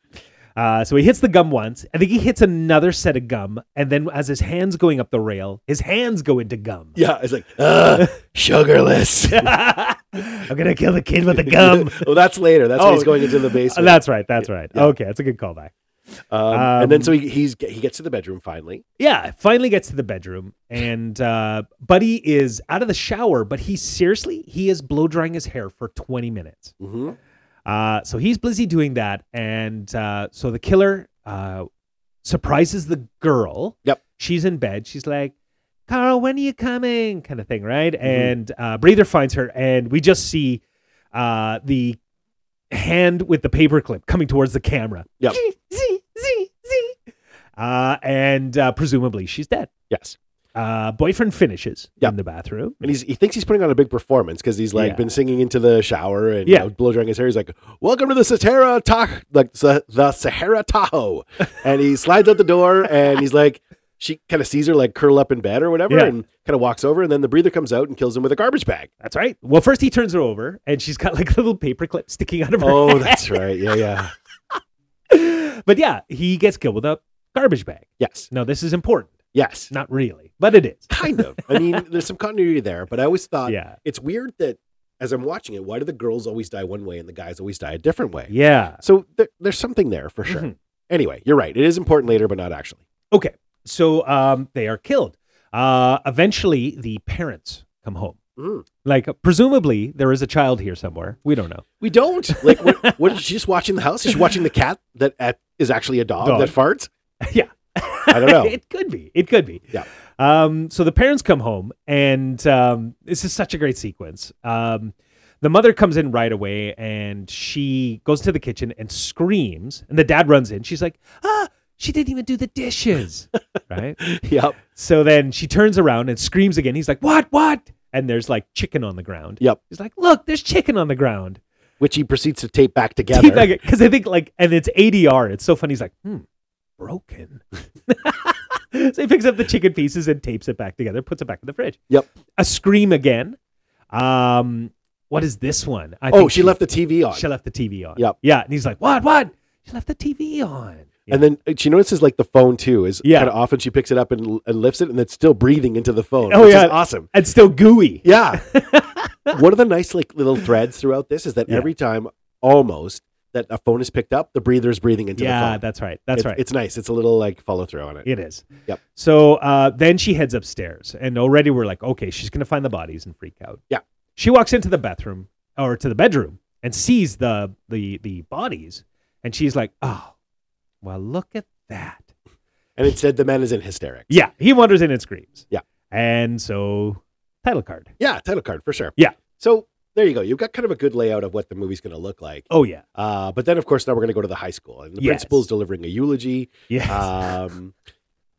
Speaker 2: Uh, so he hits the gum once. I think he hits another set of gum, and then as his hands going up the rail, his hands go into gum.
Speaker 1: Yeah. It's like, uh, sugarless.
Speaker 2: I'm gonna kill the kid with the gum.
Speaker 1: well, that's later. That's when he's
Speaker 2: Oh.
Speaker 1: going into the basement.
Speaker 2: that's right. That's right.
Speaker 1: Yeah.
Speaker 2: Okay, that's a good callback.
Speaker 1: Um, and then
Speaker 2: Um,
Speaker 1: so he, he's he gets to the bedroom finally.
Speaker 2: Yeah, finally gets to the bedroom, and uh, Buddy is out of the shower, but he seriously he is blow drying his hair for 20 minutes.
Speaker 1: hmm
Speaker 2: Uh, so he's busy doing that, and uh, so the killer uh, surprises the girl.
Speaker 1: Yep.
Speaker 2: she's in bed. She's like, "Carl, when are you coming?" kind of thing, right?
Speaker 1: Mm-hmm.
Speaker 2: And uh, Breather finds her, and we just see uh, the hand with the paperclip coming towards the camera.
Speaker 1: Yep.
Speaker 2: Z z z. Uh, and uh, presumably she's dead.
Speaker 1: Yes.
Speaker 2: Uh, boyfriend finishes
Speaker 1: Yep.
Speaker 2: in the bathroom.
Speaker 1: And he's, he thinks he's putting on a big performance because he's like
Speaker 2: Yeah.
Speaker 1: been singing into the shower and
Speaker 2: Yeah.
Speaker 1: you know, blow drying his hair. He's like, "Welcome to the Sahara Ta- like the, the Sahara Tahoe," and he slides out the door and he's like, she kind of sees her like curl up in bed or whatever,
Speaker 2: Yeah.
Speaker 1: and kind of walks over, and then the breather comes out and kills him with a garbage bag.
Speaker 2: That's right. Well, first he turns her over, and she's got like a little paperclip sticking out of her.
Speaker 1: Oh, that's right. Yeah, yeah,
Speaker 2: but yeah, he gets killed with a garbage bag.
Speaker 1: yes,
Speaker 2: Now, this is important.
Speaker 1: yes,
Speaker 2: Not really, but it is.
Speaker 1: kind of. I mean, there's some continuity there, but I always thought
Speaker 2: yeah.
Speaker 1: it's weird that as I'm watching it, why do the girls always die one way and the guys always die a different way?
Speaker 2: Yeah.
Speaker 1: So there, there's something there for sure.
Speaker 2: Mhm.
Speaker 1: Anyway, you're right. It is important later, but not actually.
Speaker 2: Okay. So um, they are killed. Uh, eventually, the parents come home.
Speaker 1: Mm.
Speaker 2: Like, presumably, there is a child here somewhere. We don't know.
Speaker 1: We don't like. What, what is she just watching the house? Is she watching the cat that at, is actually a dog,
Speaker 2: Dog.
Speaker 1: that farts?
Speaker 2: Yeah.
Speaker 1: I don't know.
Speaker 2: it could be. It could be.
Speaker 1: Oh. Yeah.
Speaker 2: Um, so the parents come home, and um, this is such a great sequence. Um, the mother comes in right away, and she goes to the kitchen and screams, and the dad runs in. She's like, "Ah, she didn't even do the dishes!" right.
Speaker 1: yep.
Speaker 2: So then she turns around and screams again. He's like, "What? What?" And there's like chicken on the ground.
Speaker 1: Yep.
Speaker 2: He's like, "Look, there's chicken on the ground."
Speaker 1: Which he proceeds to tape back together.
Speaker 2: Because I think like, and it's ADR. It's so funny. He's like, "Hmm, broken." so he picks up the chicken pieces and tapes it back together, puts it back in the fridge.
Speaker 1: Yep.
Speaker 2: A scream again. Um, what is this one? I
Speaker 1: oh, she, left the TV on,
Speaker 2: She left the TV on.
Speaker 1: Yep.
Speaker 2: Yeah, and he's like, "What? What? She left the TV on." Yeah.
Speaker 1: and then uh, she notices like the phone too is
Speaker 2: Yeah.
Speaker 1: kind of often she picks it up and, and lifts it, and it's still breathing into the phone.
Speaker 2: Oh,
Speaker 1: which
Speaker 2: yeah.
Speaker 1: is awesome.
Speaker 2: and still gooey.
Speaker 1: Yeah. One of the nice like little threads throughout this is that
Speaker 2: Yeah.
Speaker 1: every time almost that a phone is picked up, the breather is breathing into the phone.
Speaker 2: Yeah, that's right. That's
Speaker 1: It's-
Speaker 2: right.
Speaker 1: It's nice. It's a little like follow through on it.
Speaker 2: It is.
Speaker 1: Yep.
Speaker 2: So uh, then she heads upstairs, and already we're like, okay, she's gonna find the bodies and freak out.
Speaker 1: Yeah.
Speaker 2: She walks into the bathroom or to the bedroom and sees the the the bodies, and she's like, oh, well, look at that.
Speaker 1: And it said the man is in hysterics.
Speaker 2: Yeah. He wanders in and screams.
Speaker 1: Yeah.
Speaker 2: And so title card.
Speaker 1: Yeah, title card for sure.
Speaker 2: Yeah.
Speaker 1: So there you go. You've got kind of a good layout of what the movie's going to look like.
Speaker 2: Oh yeah.
Speaker 1: Uh, but then, of course, now we're going to go to the high school, and the
Speaker 2: Yes.
Speaker 1: principal's delivering a eulogy.
Speaker 2: Yes.
Speaker 1: Um,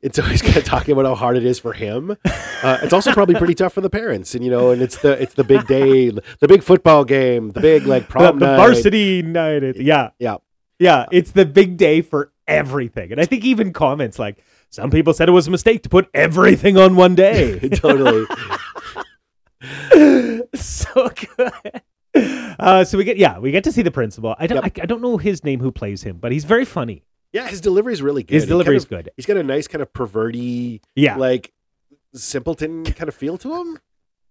Speaker 1: and so he's kind of talking about how hard it is for him. Uh, it's also probably pretty tough for the parents, and you know, and it's the it's the big day, the big football game, the big like
Speaker 2: the,
Speaker 1: prom
Speaker 2: the
Speaker 1: night.
Speaker 2: varsity night. it- yeah.
Speaker 1: Yeah.
Speaker 2: Yeah. It's the big day for everything. And I think even comments like, some people said it was a mistake to put everything on one day.
Speaker 1: totally.
Speaker 2: so good. Uh, so we get yeah, we get to see the principal. I don't I, I don't know his name who plays him, but he's very funny.
Speaker 1: Yeah, his delivery is really good.
Speaker 2: His
Speaker 1: He
Speaker 2: delivery
Speaker 1: kind
Speaker 2: is
Speaker 1: of-
Speaker 2: good.
Speaker 1: He's got a nice kind of perverty,
Speaker 2: Yeah,
Speaker 1: like simpleton kind of feel to him.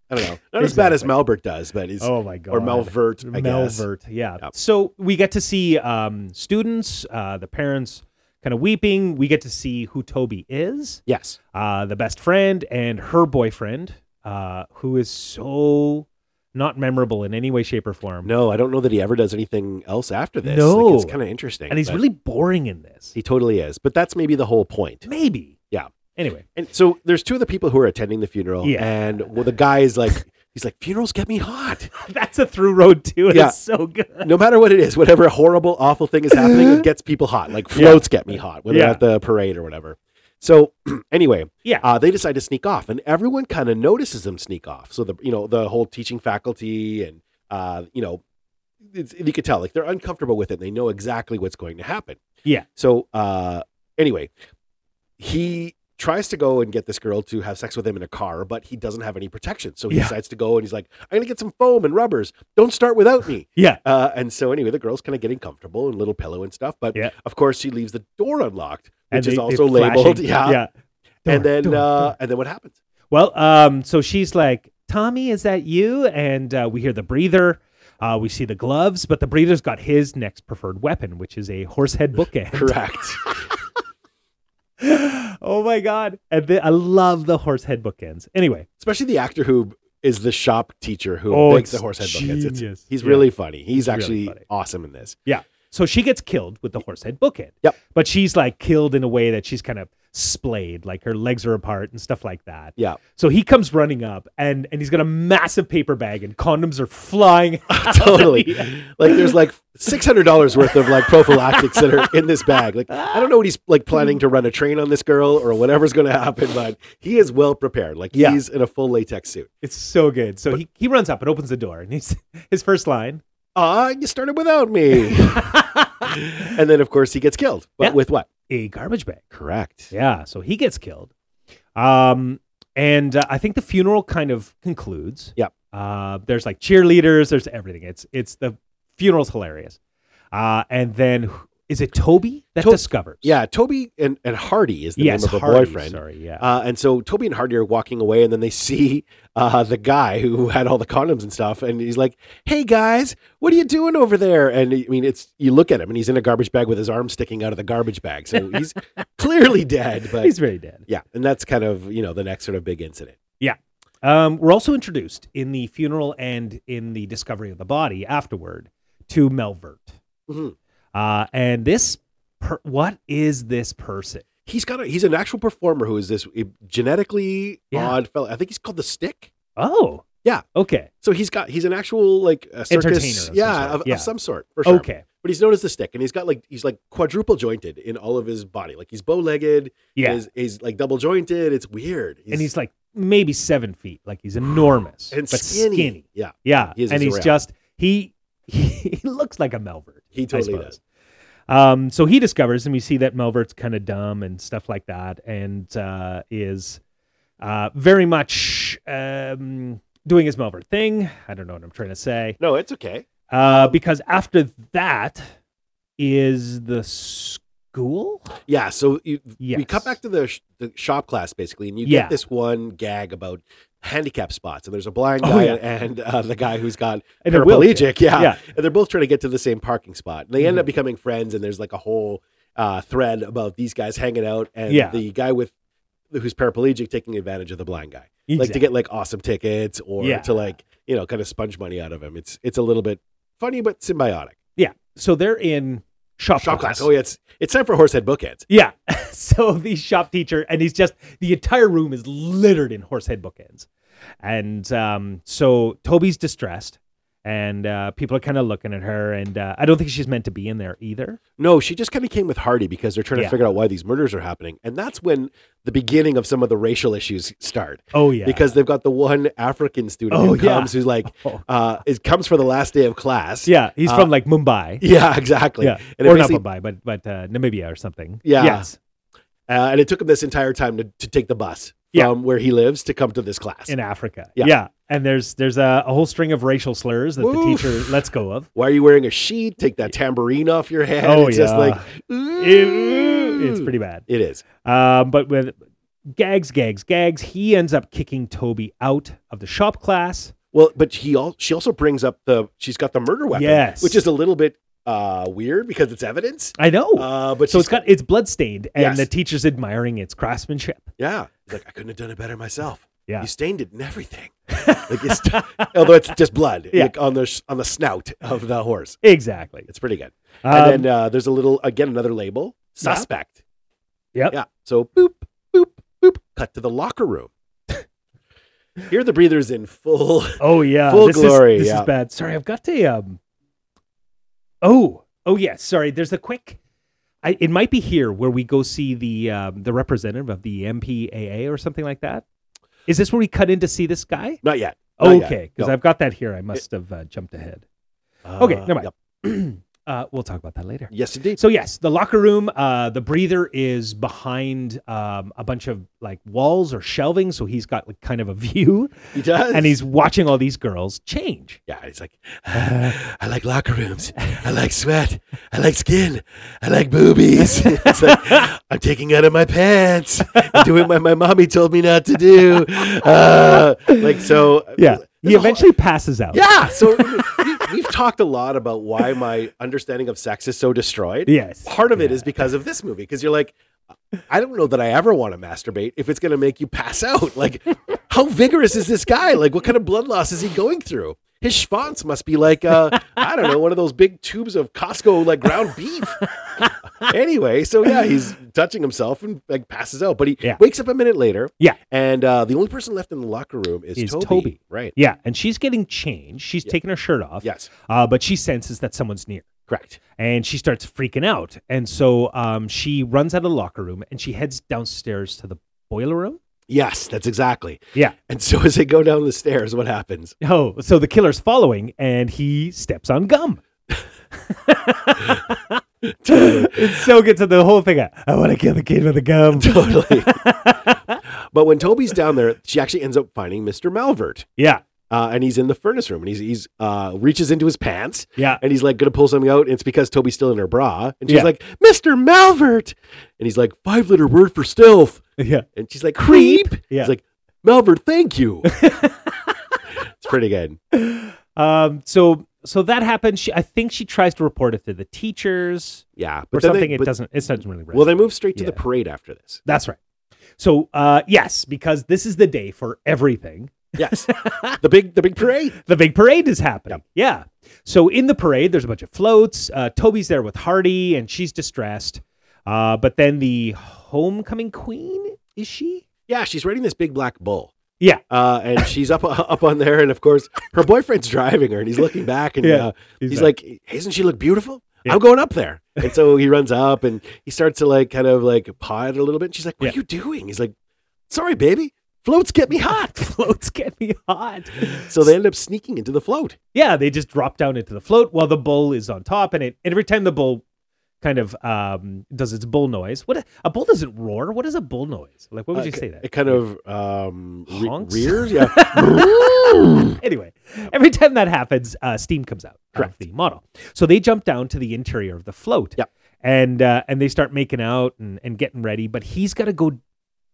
Speaker 1: I don't know. Not as bad as
Speaker 2: Exactly.
Speaker 1: Malbert does, but he's
Speaker 2: oh my god,
Speaker 1: or Malvert, I guess.
Speaker 2: Malvert, yeah.
Speaker 1: Yep.
Speaker 2: So we get to see um, students, uh, the parents, kind of weeping. We get to see who Toby is,
Speaker 1: Yes.
Speaker 2: uh, the best friend, and her boyfriend, uh, who is so not memorable in any way, shape, or form.
Speaker 1: No, I don't know that he ever does anything else after this.
Speaker 2: No.
Speaker 1: Like, it's kind of interesting.
Speaker 2: and he's
Speaker 1: but
Speaker 2: really boring in this.
Speaker 1: he totally is. But that's maybe the whole point.
Speaker 2: Maybe.
Speaker 1: Yeah.
Speaker 2: Anyway.
Speaker 1: And so there's two of the people who are attending the funeral,
Speaker 2: Yeah.
Speaker 1: and well, the guy is like, he's like, funerals get me hot.
Speaker 2: That's a through road too.
Speaker 1: Yeah.
Speaker 2: It's so good.
Speaker 1: No matter what it is, whatever horrible, awful thing is happening, it gets people hot. Like floats get me hot, whether
Speaker 2: Yeah.
Speaker 1: at the parade or whatever. So anyway,
Speaker 2: Yeah.
Speaker 1: uh, they decide to sneak off, and everyone kind of notices them sneak off. So the you know the whole teaching faculty and uh, you know it's, you could tell like they're uncomfortable with it. They know exactly what's going to happen.
Speaker 2: Yeah.
Speaker 1: So uh, anyway, he tries to go and get this girl to have sex with him in a car, but he doesn't have any protection. So he
Speaker 2: Yeah.
Speaker 1: decides to go and he's like, "I'm gonna get some foam and rubbers. Don't start without me."
Speaker 2: Yeah.
Speaker 1: Uh, and so anyway, the girl's kind of getting comfortable and little pillow and stuff, but
Speaker 2: Yeah.
Speaker 1: of course she leaves the door unlocked,
Speaker 2: And
Speaker 1: which is
Speaker 2: they-
Speaker 1: also
Speaker 2: they're flashing.
Speaker 1: labeled. Yeah.
Speaker 2: Yeah.
Speaker 1: and
Speaker 2: Door,
Speaker 1: then
Speaker 2: door,
Speaker 1: uh,
Speaker 2: door.
Speaker 1: and then what happens?
Speaker 2: Well, um, so she's like, Tommy, is that you? And uh, we hear the breather. Uh, we see the gloves, but the breather's got his next preferred weapon, which is a horse head bookend.
Speaker 1: Correct.
Speaker 2: oh my god! And the, I love the horse head bookends. Anyway,
Speaker 1: Especially the actor who is the shop teacher who
Speaker 2: Oh,
Speaker 1: makes the
Speaker 2: it's
Speaker 1: horse head buckets. It's-
Speaker 2: genius.
Speaker 1: he's
Speaker 2: Yeah.
Speaker 1: really funny. He's
Speaker 2: really
Speaker 1: actually
Speaker 2: funny.
Speaker 1: awesome in this.
Speaker 2: so she gets killed with the horse head bookend.
Speaker 1: Yep.
Speaker 2: But she's like killed in a way that she's kind of splayed, like her legs are apart and stuff like that.
Speaker 1: Yeah.
Speaker 2: So he comes running up, and and he's got a massive paper bag, and condoms are flying. out.
Speaker 1: totally. Like there's like six hundred dollars worth of like prophylactics that are in this bag. Like I don't know what he's like planning to run a train on this girl or whatever's going to happen, but he is well prepared. Like
Speaker 2: Yeah.
Speaker 1: he's in a full latex suit.
Speaker 2: It's so good. So he, he runs up and opens the door, and he's his first line.
Speaker 1: Ah, you started without me. and then of course he gets killed, but
Speaker 2: Yeah.
Speaker 1: with what?
Speaker 2: A garbage bag.
Speaker 1: Correct.
Speaker 2: Yeah. So he gets killed. Um, and uh, I think the funeral kind of concludes.
Speaker 1: Yep.
Speaker 2: Uh, there's like cheerleaders. There's everything. It's it's the funeral's hilarious. Uh, and then wh- is it Toby that
Speaker 1: To-
Speaker 2: discovers?
Speaker 1: Yeah, Toby and, and Hardy is the
Speaker 2: Yes.
Speaker 1: name of the
Speaker 2: Hardy,
Speaker 1: boyfriend.
Speaker 2: Sorry. Yeah.
Speaker 1: Uh, and so Toby and Hardy are walking away, and then they see uh, the guy who had all the condoms and stuff, and he's like, "Hey guys, what are you doing over there?" And I mean, it's you look at him, and he's in a garbage bag with his arm sticking out of the garbage bag, so he's clearly dead. But
Speaker 2: He's very dead.
Speaker 1: yeah, and that's kind of you know the next sort of big incident.
Speaker 2: Um, we're also introduced in the funeral and in the discovery of the body afterward to Melvert.
Speaker 1: Mhm.
Speaker 2: Uh, and this, per- what is this person?
Speaker 1: He's got a, he's an actual performer who is this uh, genetically
Speaker 2: Yeah.
Speaker 1: odd fellow. I think he's called the Stick.
Speaker 2: Oh,
Speaker 1: Yeah.
Speaker 2: Okay.
Speaker 1: So he's got he's an actual like a circus,
Speaker 2: Entertainer of some
Speaker 1: yeah,
Speaker 2: sort,
Speaker 1: of,
Speaker 2: yeah.
Speaker 1: of some sort for sure.
Speaker 2: Okay.
Speaker 1: but he's known as the stick, and he's got like he's like quadruple jointed in all of his body. Like he's bow legged.
Speaker 2: Yeah.
Speaker 1: he's, he's like double jointed. It's weird.
Speaker 2: and he's like maybe seven feet. Like he's enormous.
Speaker 1: and
Speaker 2: but
Speaker 1: skinny.
Speaker 2: skinny.
Speaker 1: Yeah,
Speaker 2: Yeah.
Speaker 1: He is-
Speaker 2: and he's
Speaker 1: he's around.
Speaker 2: just, he, he looks like a Melvert.
Speaker 1: he
Speaker 2: I
Speaker 1: totally
Speaker 2: suppose.
Speaker 1: does.
Speaker 2: Um, so he discovers, and we see that Melvert's kind of dumb and stuff like that, and uh, is uh, very much um, doing his Melvert thing. I don't know what I'm trying to say.
Speaker 1: No, it's okay.
Speaker 2: Uh, because after that is the school.
Speaker 1: Yeah, so you,
Speaker 2: Yes.
Speaker 1: we cut back to the, sh- the shop class basically, and you
Speaker 2: Yeah.
Speaker 1: get this one gag about handicap spots, and there's a blind
Speaker 2: Oh,
Speaker 1: guy
Speaker 2: yeah.
Speaker 1: and uh, the guy who's got
Speaker 2: And a wheelchair.
Speaker 1: paraplegic. Yeah.
Speaker 2: Yeah.
Speaker 1: and they're both trying to get to the same parking spot, and they end
Speaker 2: Mhm.
Speaker 1: up becoming friends. And there's like a whole uh, thread about these guys hanging out, and
Speaker 2: Yeah.
Speaker 1: the guy with who's paraplegic taking advantage of the blind guy. like to get like awesome tickets or
Speaker 2: Yeah.
Speaker 1: to like you know kind of sponge money out of him. It's it's a little bit funny but symbiotic.
Speaker 2: so they're in shop,
Speaker 1: Shop class. Oh yeah, it's it's time for horsehead bookends.
Speaker 2: Yeah. so the shop teacher, and he's just the entire room is littered in horsehead bookends, and um, so Toby's distressed, and uh, people are kind of looking at her, and uh, I don't think she's meant to be in there either.
Speaker 1: No, she just kind of came with Hardy because they're trying to
Speaker 2: Yeah.
Speaker 1: figure out why these murders are happening, and that's when the beginning of some of the racial issues start
Speaker 2: Oh yeah,
Speaker 1: because they've got the one African student
Speaker 2: Oh,
Speaker 1: who comes who's like
Speaker 2: Oh.
Speaker 1: uh is comes for the last day of class.
Speaker 2: yeah, he's
Speaker 1: uh,
Speaker 2: from like Mumbai,
Speaker 1: Yeah, exactly.
Speaker 2: yeah,
Speaker 1: And it
Speaker 2: or not
Speaker 1: basically-
Speaker 2: Mumbai, but but uh, Namibia or something.
Speaker 1: Yeah.
Speaker 2: Yes.
Speaker 1: uh, and it took him this entire time to, to take the bus
Speaker 2: Yeah.
Speaker 1: from where he lives to come to this class.
Speaker 2: in Africa.
Speaker 1: Yeah.
Speaker 2: and there's there's a, a whole string of racial slurs that the
Speaker 1: Oof.
Speaker 2: teacher lets go of.
Speaker 1: Why are you wearing a sheet? Take that tambourine off your head.
Speaker 2: Oh,
Speaker 1: it's just
Speaker 2: yeah.
Speaker 1: like
Speaker 2: Ew, it's
Speaker 1: "Ooh."
Speaker 2: pretty bad.
Speaker 1: It is.
Speaker 2: Um, but with gags, gags, gags, he ends up kicking Toby out of the shop class.
Speaker 1: Well, but he all she also brings up the she's got the murder weapon,
Speaker 2: Yes.
Speaker 1: which is a little bit uh, weird because it's evidence.
Speaker 2: I know.
Speaker 1: Uh, but
Speaker 2: so
Speaker 1: she's
Speaker 2: it's got it's bloodstained, and
Speaker 1: Yes.
Speaker 2: the teacher's admiring its craftsmanship.
Speaker 1: yeah, He's like I couldn't have done it better myself.
Speaker 2: Yeah.
Speaker 1: you stained it in everything. like it's, although it's just blood
Speaker 2: Yeah.
Speaker 1: like on the sh- on the snout of the horse.
Speaker 2: Exactly.
Speaker 1: It's pretty good.
Speaker 2: Um,
Speaker 1: and then uh, there's a little again another label
Speaker 2: Yeah.
Speaker 1: suspect.
Speaker 2: Yep.
Speaker 1: Yeah. So boop boop boop. Cut to the locker room. Here the breathers in full.
Speaker 2: Oh yeah,
Speaker 1: Full
Speaker 2: this
Speaker 1: glory,
Speaker 2: Is, this
Speaker 1: yeah.
Speaker 2: is bad. Sorry, I've got the um. Oh, oh yes. Sorry, there's a quick. I, it might be here where we go see the um, the representative of the MPAA or something like that. Is this where we cut in to see this guy?
Speaker 1: Not yet. Not yet.
Speaker 2: Okay, because
Speaker 1: No.
Speaker 2: I've got that here. I must have uh, jumped ahead. Okay,
Speaker 1: Uh,
Speaker 2: never mind.
Speaker 1: yep.
Speaker 2: uh, we'll talk about that later.
Speaker 1: Yes, indeed.
Speaker 2: So yes, the locker room. Uh, the breather is behind um, a bunch of like walls or shelving, so he's got like kind of a view,
Speaker 1: He does.
Speaker 2: and he's watching all these girls change.
Speaker 1: yeah. He's like, I like locker rooms. I like sweat. I like skin. I like boobies. it's like I'm taking out of my pants. I'm doing what my mommy told me not to do. Uh, like so.
Speaker 2: Yeah. He
Speaker 1: There's a whole-
Speaker 2: eventually passes out.
Speaker 1: Yeah. So we, we've talked a lot about why my understanding of sex is so destroyed.
Speaker 2: Yes.
Speaker 1: Part of it
Speaker 2: Yeah.
Speaker 1: is because of this movie, because you're like, I don't know that I ever want to masturbate if it's going to make you pass out. Like, how vigorous is this guy? Like, what kind of blood loss is he going through? His schwanz must be like, uh, I don't know, one of those big tubes of Costco, like ground beef. anyway, so yeah, he's touching himself and like passes out, but he
Speaker 2: Yeah.
Speaker 1: wakes up a minute later.
Speaker 2: Yeah.
Speaker 1: And uh, the only person left in the locker room is,
Speaker 2: Is
Speaker 1: Toby.
Speaker 2: Toby.
Speaker 1: Right.
Speaker 2: Yeah. And she's getting changed. She's
Speaker 1: Yeah.
Speaker 2: taking her shirt off.
Speaker 1: Yes.
Speaker 2: Uh, but she senses that someone's near
Speaker 1: Correct.
Speaker 2: and she starts freaking out. And so um, she runs out of the locker room and she heads downstairs to the boiler room.
Speaker 1: Yes, that's exactly.
Speaker 2: Yeah.
Speaker 1: And so as they go down the stairs, what happens?
Speaker 2: Oh, so the killer's following and he steps on gum. it's so good. So the whole thing. I, I want to kill the kid with the gum.
Speaker 1: Totally. but when Toby's down there, she actually ends up finding Mr. Malvert.
Speaker 2: Yeah.
Speaker 1: Uh, and he's in the furnace room and he's, he's uh, reaches into his pants
Speaker 2: Yeah.
Speaker 1: and he's like going to pull something out. And it's because Toby's still in her bra. And she's
Speaker 2: Yeah.
Speaker 1: like, Mr. Malvert. And he's like, five letter word for stealth.
Speaker 2: Yeah.
Speaker 1: And she's like, creep.
Speaker 2: Yeah.
Speaker 1: He's like, Malvert, thank you. it's pretty good.
Speaker 2: Um, so so that happens. She, I think she tries to report it to the teachers
Speaker 1: Yeah.
Speaker 2: or
Speaker 1: then they-
Speaker 2: something. it
Speaker 1: but-
Speaker 2: doesn't. It doesn't really.
Speaker 1: Well, they
Speaker 2: resonate.
Speaker 1: move straight to the
Speaker 2: Yeah.
Speaker 1: parade after this.
Speaker 2: That's right. So uh, yes, because this is the day for everything.
Speaker 1: Yes. the big, the big parade.
Speaker 2: The big parade is happening. Yeah. So in the parade, there's a bunch of floats. Uh, Toby's there with Hardy, and she's distressed. Uh, but then the homecoming queen is she?
Speaker 1: Yeah, she's riding this big black bull.
Speaker 2: Yeah.
Speaker 1: Uh, and she's up up on there, and of course, her boyfriend's driving her, and he's looking back, and
Speaker 2: Yeah,
Speaker 1: uh,
Speaker 2: he's
Speaker 1: he's, like, "Hey, "Doesn't she look beautiful?
Speaker 2: Yeah.
Speaker 1: I'm going up there." And so he runs up, and he starts to like kind of like paw it a little bit. And she's like, "What
Speaker 2: Yeah.
Speaker 1: are you doing?" He's like, "Sorry, baby, floats get me hot."
Speaker 2: Floats get me hot.
Speaker 1: so they end up sneaking into the float.
Speaker 2: Yeah, they just drop down into the float while the bull is on top, and it and every time the bull kind of um, does its bull noise. What a bull doesn't roar. What is a bull noise? Like, what would
Speaker 1: Uh,
Speaker 2: you
Speaker 1: k-
Speaker 2: say that?
Speaker 1: It kind of um, re-
Speaker 2: Honks?
Speaker 1: rears, yeah.
Speaker 2: anyway, every time that happens, uh, steam comes out
Speaker 1: Correct.
Speaker 2: of the model. So they jump down to the interior of the float,
Speaker 1: Yep.
Speaker 2: and uh, and they start making out and, and getting ready. But he's got to go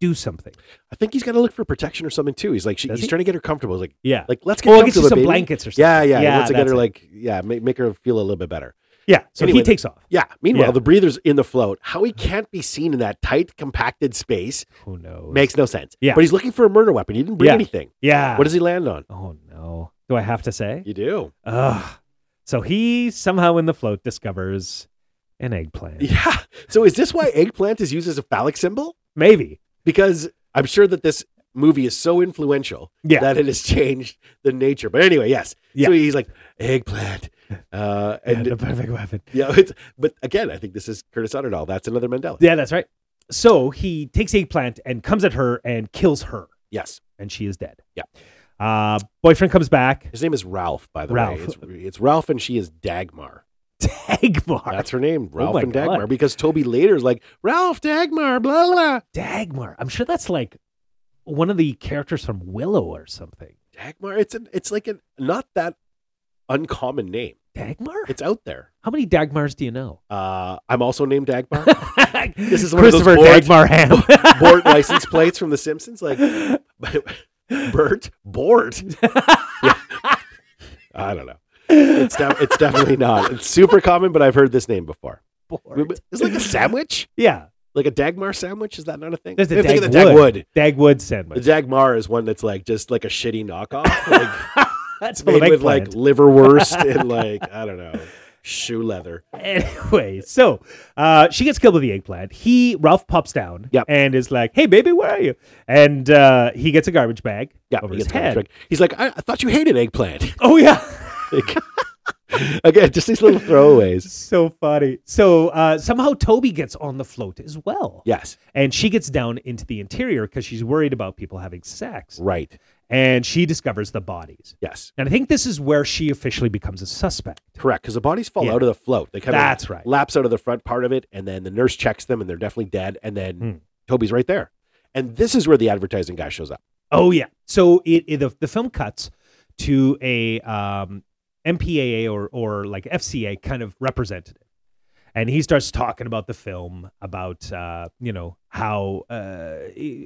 Speaker 2: do something.
Speaker 1: I think he's got to look for protection or something too. He's like, she,
Speaker 2: Does
Speaker 1: he's
Speaker 2: he?
Speaker 1: trying to get her comfortable. He's like,
Speaker 2: Yeah,
Speaker 1: like let's get
Speaker 2: or get
Speaker 1: comfortable,
Speaker 2: you some
Speaker 1: baby.
Speaker 2: blankets or something.
Speaker 1: Yeah, yeah. He wants to get
Speaker 2: that's
Speaker 1: her
Speaker 2: it.
Speaker 1: like, yeah, make, make her feel a little bit better.
Speaker 2: yeah. So
Speaker 1: Anyway,
Speaker 2: he takes off.
Speaker 1: Yeah. Meanwhile,
Speaker 2: Yeah.
Speaker 1: the breather's in the float. How he can't be seen in that tight, compacted space
Speaker 2: Who knows?
Speaker 1: makes no sense.
Speaker 2: Yeah.
Speaker 1: But he's looking for a murder weapon. He didn't bring
Speaker 2: Yeah.
Speaker 1: anything.
Speaker 2: yeah.
Speaker 1: What does he land on?
Speaker 2: oh no. Do I have to say?
Speaker 1: You do.
Speaker 2: Ugh. So he somehow in the float discovers an eggplant.
Speaker 1: Yeah. So is this why eggplant is used as a phallic symbol?
Speaker 2: Maybe.
Speaker 1: Because I'm sure that this movie is so influential
Speaker 2: Yeah.
Speaker 1: that it has changed the nature. But anyway, yes.
Speaker 2: Yeah.
Speaker 1: So he's like, eggplant. Uh, and
Speaker 2: the perfect weapon.
Speaker 1: yeah, it's, but again, I think this is Curtis Underdahl. That's another Mandela.
Speaker 2: Yeah, that's right. So he takes eggplant and comes at her and kills her,
Speaker 1: Yes.
Speaker 2: and she is dead.
Speaker 1: Yeah.
Speaker 2: Uh, boyfriend comes back.
Speaker 1: His name is Ralph, by the
Speaker 2: Ralph.
Speaker 1: way. It's, it's Ralph, and she is Dagmar.
Speaker 2: Dagmar.
Speaker 1: That's her name,
Speaker 2: Oh
Speaker 1: Ralph
Speaker 2: my
Speaker 1: and
Speaker 2: God.
Speaker 1: Dagmar, because Toby later is like, Ralph Dagmar, blah, blah.
Speaker 2: Dagmar. I'm sure that's like one of the characters from Willow or something.
Speaker 1: Dagmar. It's an it's like an not that uncommon name.
Speaker 2: Dagmar?
Speaker 1: It's out there.
Speaker 2: How many Dagmars do you know?
Speaker 1: Uh, I'm also named Dagmar.
Speaker 2: this
Speaker 1: is one of those
Speaker 2: Christopher
Speaker 1: bored-
Speaker 2: Dagmar Ham.
Speaker 1: Bort license plates from The Simpsons, like Bert Bort. Yeah. I don't know. It's de- it's definitely not. It's super common, but I've heard this name before.
Speaker 2: Bort.
Speaker 1: It's like a sandwich,
Speaker 2: Yeah,
Speaker 1: like a Dagmar sandwich. Is that not a thing?
Speaker 2: There's a
Speaker 1: I'm thinking the
Speaker 2: Dagwood.
Speaker 1: Dagwood.
Speaker 2: Dagwood
Speaker 1: The
Speaker 2: sandwich.
Speaker 1: Dagmar is one that's like just like a shitty knockoff, like
Speaker 2: That's full
Speaker 1: made
Speaker 2: of
Speaker 1: with like
Speaker 2: eggplant.
Speaker 1: liverwurst and like I don't know shoe leather.
Speaker 2: anyway, so uh, she gets killed with the eggplant. He Ralph pops down
Speaker 1: Yep.
Speaker 2: and is like, "Hey, baby, where are you?" And uh, he gets a garbage bag
Speaker 1: Yeah,
Speaker 2: over
Speaker 1: he
Speaker 2: his
Speaker 1: gets kind of
Speaker 2: head.
Speaker 1: tricked. He's like, I, I thought you hated eggplant.
Speaker 2: Oh yeah.
Speaker 1: Like, again, just these little throwaways.
Speaker 2: So funny. So uh, somehow Toby gets on the float as well.
Speaker 1: Yes,
Speaker 2: And she gets down into the interior because she's worried about people having sex.
Speaker 1: right.
Speaker 2: And she discovers the bodies.
Speaker 1: Yes,
Speaker 2: And I think this is where she officially becomes a suspect.
Speaker 1: correct. Because the bodies fall
Speaker 2: Yeah.
Speaker 1: out of the float. They kind
Speaker 2: That's
Speaker 1: of
Speaker 2: right.
Speaker 1: lapse out of the front part of it, and then the nurse checks them, and they're definitely dead. And then
Speaker 2: Hmm.
Speaker 1: Toby's right there. And this is where the advertising guy shows up.
Speaker 2: Oh yeah. So it, it the, the film cuts to a um, MPAA or or like FCA kind of representative, and he starts talking about the film, about uh, you know how uh,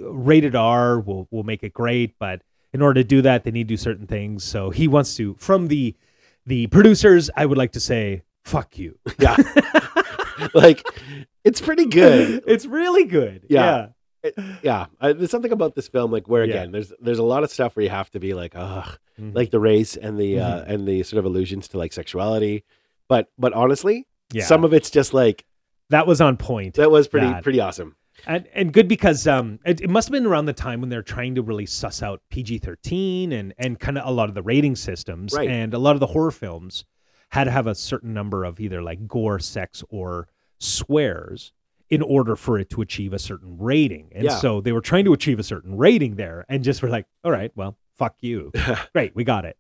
Speaker 2: rated R will will make it great, but in order to do that, they need to do certain things. So he wants to from the the producers. I would like to say fuck you.
Speaker 1: Yeah, like it's pretty good.
Speaker 2: it's really good.
Speaker 1: Yeah.
Speaker 2: yeah.
Speaker 1: Yeah, I, there's something about this film like where
Speaker 2: Yeah.
Speaker 1: again, there's there's a lot of stuff where you have to be like, ugh,
Speaker 2: Mhm.
Speaker 1: like the race and the uh,
Speaker 2: Mm-hmm.
Speaker 1: and the sort of allusions to like sexuality. But but honestly,
Speaker 2: Yeah.
Speaker 1: some of it's just like
Speaker 2: that was on point.
Speaker 1: That was pretty
Speaker 2: That.
Speaker 1: pretty awesome.
Speaker 2: and and good because um it, it must have been around the time when they're trying to really suss out PG thirteen and and kind of a lot of the rating systems
Speaker 1: Right.
Speaker 2: and a lot of the horror films had to have a certain number of either like gore, sex, or swears in order for it to achieve a certain rating. And
Speaker 1: Yeah.
Speaker 2: so they were trying to achieve a certain rating there, and just were like, all right, well, fuck you, great, we got it.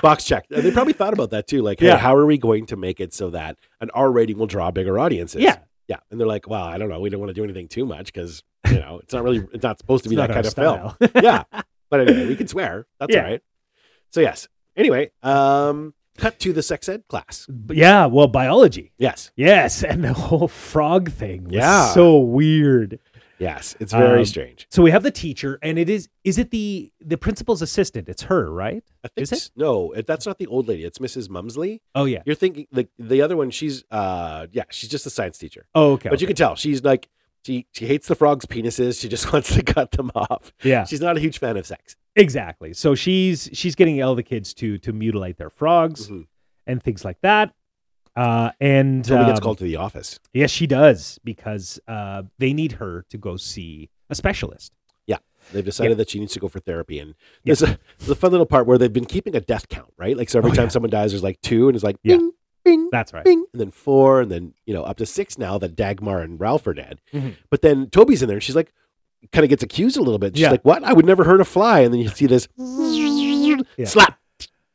Speaker 1: Box check. They probably thought about that too. Like, hey,
Speaker 2: Yeah.
Speaker 1: how are we going to make it so that an R rating will draw bigger audiences?
Speaker 2: yeah,
Speaker 1: yeah. And they're like, well, I don't know. We don't want to do anything too much because you know it's not really it's not supposed to be
Speaker 2: It's
Speaker 1: that
Speaker 2: not our
Speaker 1: kind of film.
Speaker 2: style.
Speaker 1: yeah. But anyway, we can swear. That's
Speaker 2: Yeah.
Speaker 1: all right. So yes. Anyway, um, cut to the sex ed class.
Speaker 2: yeah, well, biology.
Speaker 1: Yes,
Speaker 2: Yes, and the whole frog thing was
Speaker 1: Yeah.
Speaker 2: so weird.
Speaker 1: yes. It's very
Speaker 2: Um,
Speaker 1: strange.
Speaker 2: So we have the teacher, and it is is it the the principal's assistant? It's her, right?
Speaker 1: I think
Speaker 2: is it?
Speaker 1: s- no, it- that's not the old lady. It's Mrs. Mumsley.
Speaker 2: Oh yeah.
Speaker 1: You're thinking like the other one. She's uh, yeah, she's just a science teacher.
Speaker 2: Oh okay.
Speaker 1: But you can tell she's like she she hates the frogs' penises. She just wants to cut them off.
Speaker 2: yeah,
Speaker 1: She's not a huge fan of sex.
Speaker 2: exactly. So she's she's getting all the kids to to mutilate their frogs
Speaker 1: Mhm.
Speaker 2: and things like that. Uh, and
Speaker 1: Toby gets
Speaker 2: um,
Speaker 1: called to the office.
Speaker 2: Yes, she does because uh, they need her to go see a specialist.
Speaker 1: They've decided that she needs to go for therapy. And
Speaker 2: Yeah.
Speaker 1: there's, a, there's a fun little part where they've been keeping a death count, right? Like so, every
Speaker 2: Oh,
Speaker 1: time
Speaker 2: yeah.
Speaker 1: someone dies, there's like two, and it's like
Speaker 2: Yeah.
Speaker 1: bing, bing,
Speaker 2: That's right.
Speaker 1: bing, and then four, and then you know up to six now that Dagmar and Ralph are dead.
Speaker 2: Mhm.
Speaker 1: But then Toby's in there, and she's like, kind of gets accused a little bit. She's
Speaker 2: Yeah.
Speaker 1: like, "What? I would never hurt a fly." And then you see this slap,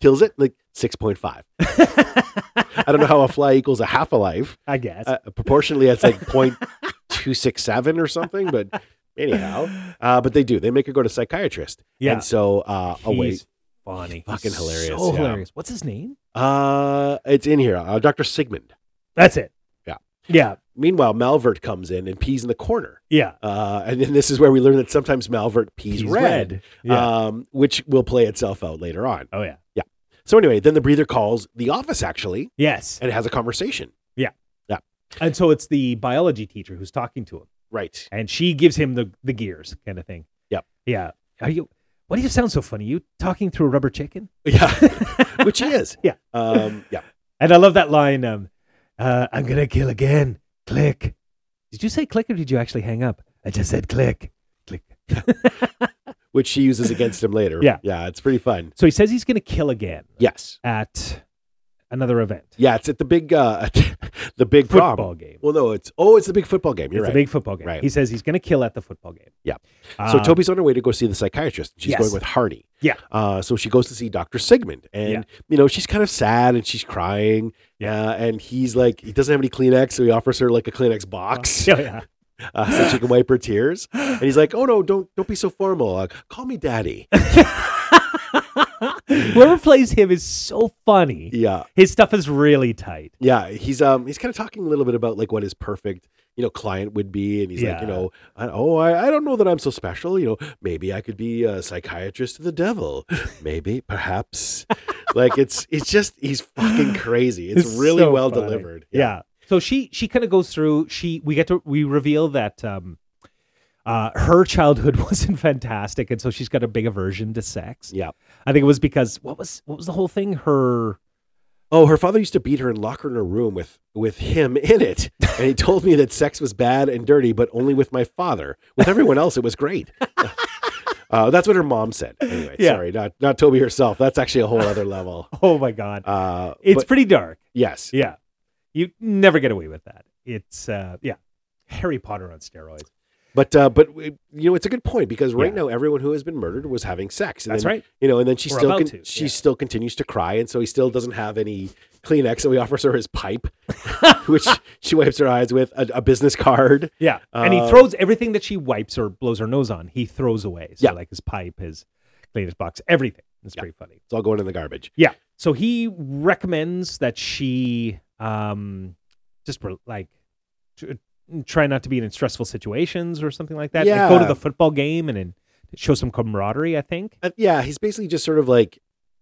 Speaker 1: kills it like six point five. I don't know how a fly equals a half a life.
Speaker 2: I guess.
Speaker 1: uh, proportionally it's like 0.267 or something but anyhow uh, but they do they make her go to psychiatrist
Speaker 2: yeah.
Speaker 1: and so uh oh wait
Speaker 2: He's funny.
Speaker 1: fucking
Speaker 2: He's
Speaker 1: hilarious,
Speaker 2: So
Speaker 1: yeah.
Speaker 2: hilarious. What's his name?
Speaker 1: uh it's in here uh, dr sigmund
Speaker 2: That's it.
Speaker 1: Yeah.
Speaker 2: Yeah.
Speaker 1: meanwhile malvert comes in and pees in the corner
Speaker 2: Yeah.
Speaker 1: uh and then this is where we learn that sometimes malvert pees
Speaker 2: He's
Speaker 1: red,
Speaker 2: Yeah.
Speaker 1: um which will play itself out later on
Speaker 2: oh yeah.
Speaker 1: so anyway then the breather calls the office actually
Speaker 2: Yes.
Speaker 1: and has a conversation
Speaker 2: And so it's the biology teacher who's talking to him,
Speaker 1: right
Speaker 2: and she gives him the the gears kind of thing.
Speaker 1: Yep.
Speaker 2: Yeah. Are you? Why do you sound so funny? You talking through a rubber chicken?
Speaker 1: yeah which he is
Speaker 2: Yeah.
Speaker 1: um yeah
Speaker 2: And I love that line. Um, uh, I'm gonna kill again. Click. Did you say click or did you actually hang up? I just said click. Click.
Speaker 1: which she uses against him later
Speaker 2: Yeah.
Speaker 1: yeah it's pretty fun
Speaker 2: So he says he's gonna kill again
Speaker 1: yes
Speaker 2: at another event.
Speaker 1: Yeah, it's at the big uh the big
Speaker 2: Football
Speaker 1: prom.
Speaker 2: game.
Speaker 1: Well, no, it's oh, it's the big football game. You're
Speaker 2: it's a
Speaker 1: right.
Speaker 2: big football game.
Speaker 1: Right.
Speaker 2: He says he's gonna kill at the football game.
Speaker 1: Yeah. so
Speaker 2: Um,
Speaker 1: Toby's on her way to go see the psychiatrist. She's
Speaker 2: Yes.
Speaker 1: going with Hardy.
Speaker 2: Yeah.
Speaker 1: Uh, so she goes to see Doctor Sigmund, and
Speaker 2: Yeah.
Speaker 1: you know she's kind of sad and she's Uh, crying. Yeah. and he's like, he doesn't have any Kleenex, so he offers her like a Kleenex box.
Speaker 2: Oh, Yeah. yeah.
Speaker 1: uh, so she can wipe her tears. And he's like, "Oh no, don't don't be so formal. Uh, call me daddy."
Speaker 2: Whoever plays him is so funny.
Speaker 1: yeah,
Speaker 2: His stuff is really tight.
Speaker 1: yeah. He's um he's kind of talking a little bit about like what his perfect you know client would be, and he's like, you
Speaker 2: Yeah.
Speaker 1: know, I, oh, I, I don't know that I'm so special. You know, maybe I could be a psychiatrist to the devil. Maybe, perhaps. like it's it's just he's fucking crazy. It's,
Speaker 2: It's
Speaker 1: really
Speaker 2: so
Speaker 1: well
Speaker 2: funny.
Speaker 1: delivered.
Speaker 2: Yeah. So she she kind of goes through. She we get to we reveal that um, uh, her childhood wasn't fantastic, and so she's got a big aversion to sex.
Speaker 1: Yeah.
Speaker 2: I think it was because what was what was the whole thing? Her
Speaker 1: Oh, her father used to beat her and lock her in a room with with him in it, and he told me that sex was bad and dirty, but only with my father. With everyone else, it was great. uh, that's what her mom said. Anyway,
Speaker 2: Yeah.
Speaker 1: sorry, not not Toby herself. That's actually a whole other level.
Speaker 2: oh my god,
Speaker 1: Uh,
Speaker 2: it's
Speaker 1: but
Speaker 2: pretty dark.
Speaker 1: yes,
Speaker 2: Yeah, you never get away with that. It's uh, yeah, Harry Potter on steroids.
Speaker 1: but uh, but you know it's a good point because right
Speaker 2: Yeah.
Speaker 1: now everyone who has been murdered was having sex. And
Speaker 2: That's
Speaker 1: then,
Speaker 2: right.
Speaker 1: You know, and then she
Speaker 2: Or
Speaker 1: still
Speaker 2: about
Speaker 1: con-
Speaker 2: to,
Speaker 1: she
Speaker 2: yeah.
Speaker 1: still continues to cry, and so he still doesn't have any Kleenex, so he offers her his pipe, which she wipes her eyes with, a, a business card.
Speaker 2: Yeah, and he
Speaker 1: Uh,
Speaker 2: throws everything that she wipes or blows her nose on. He throws away. So
Speaker 1: Yeah.
Speaker 2: like his pipe, his cleaners box, everything. It's
Speaker 1: Yeah.
Speaker 2: pretty funny.
Speaker 1: It's all going in the garbage.
Speaker 2: Yeah. So he recommends that she um just re- like tr- try not to be in stressful situations or something like that. and go to
Speaker 1: Yeah.
Speaker 2: the football game and, and show some camaraderie, I think.
Speaker 1: uh, yeah, he's basically just sort of like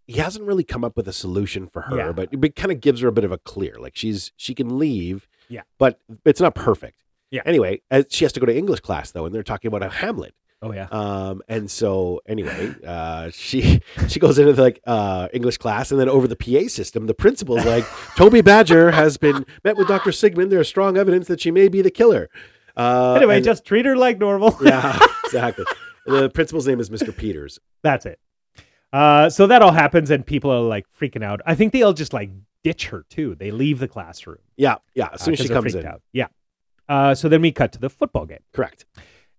Speaker 1: he hasn't really come up with a solution for her,
Speaker 2: Yeah.
Speaker 1: but it kind of gives her a bit of a clear. Like she's she can leave,
Speaker 2: Yeah.
Speaker 1: but it's not perfect.
Speaker 2: Yeah.
Speaker 1: Anyway, as she has to go to English class though, and they're talking about a Hamlet.
Speaker 2: Oh yeah.
Speaker 1: Um, and so anyway, uh, she she goes into like uh English class, and then over the PA system, the principal's like, Toby Badger has been met with Doctor Sigmund. There is strong evidence that she may be the killer. Uh,
Speaker 2: anyway,
Speaker 1: and-
Speaker 2: just treat her like normal.
Speaker 1: yeah, exactly. The principal's name is Mr. Peters.
Speaker 2: That's it. Uh, so that all happens and people are like freaking out. I think they all just like ditch her too. They leave the classroom
Speaker 1: Yeah, yeah. As
Speaker 2: uh,
Speaker 1: soon as
Speaker 2: 'cause
Speaker 1: she
Speaker 2: they're
Speaker 1: comes
Speaker 2: freaked
Speaker 1: in,
Speaker 2: Out. Yeah. Uh, so then we cut to the football game.
Speaker 1: correct.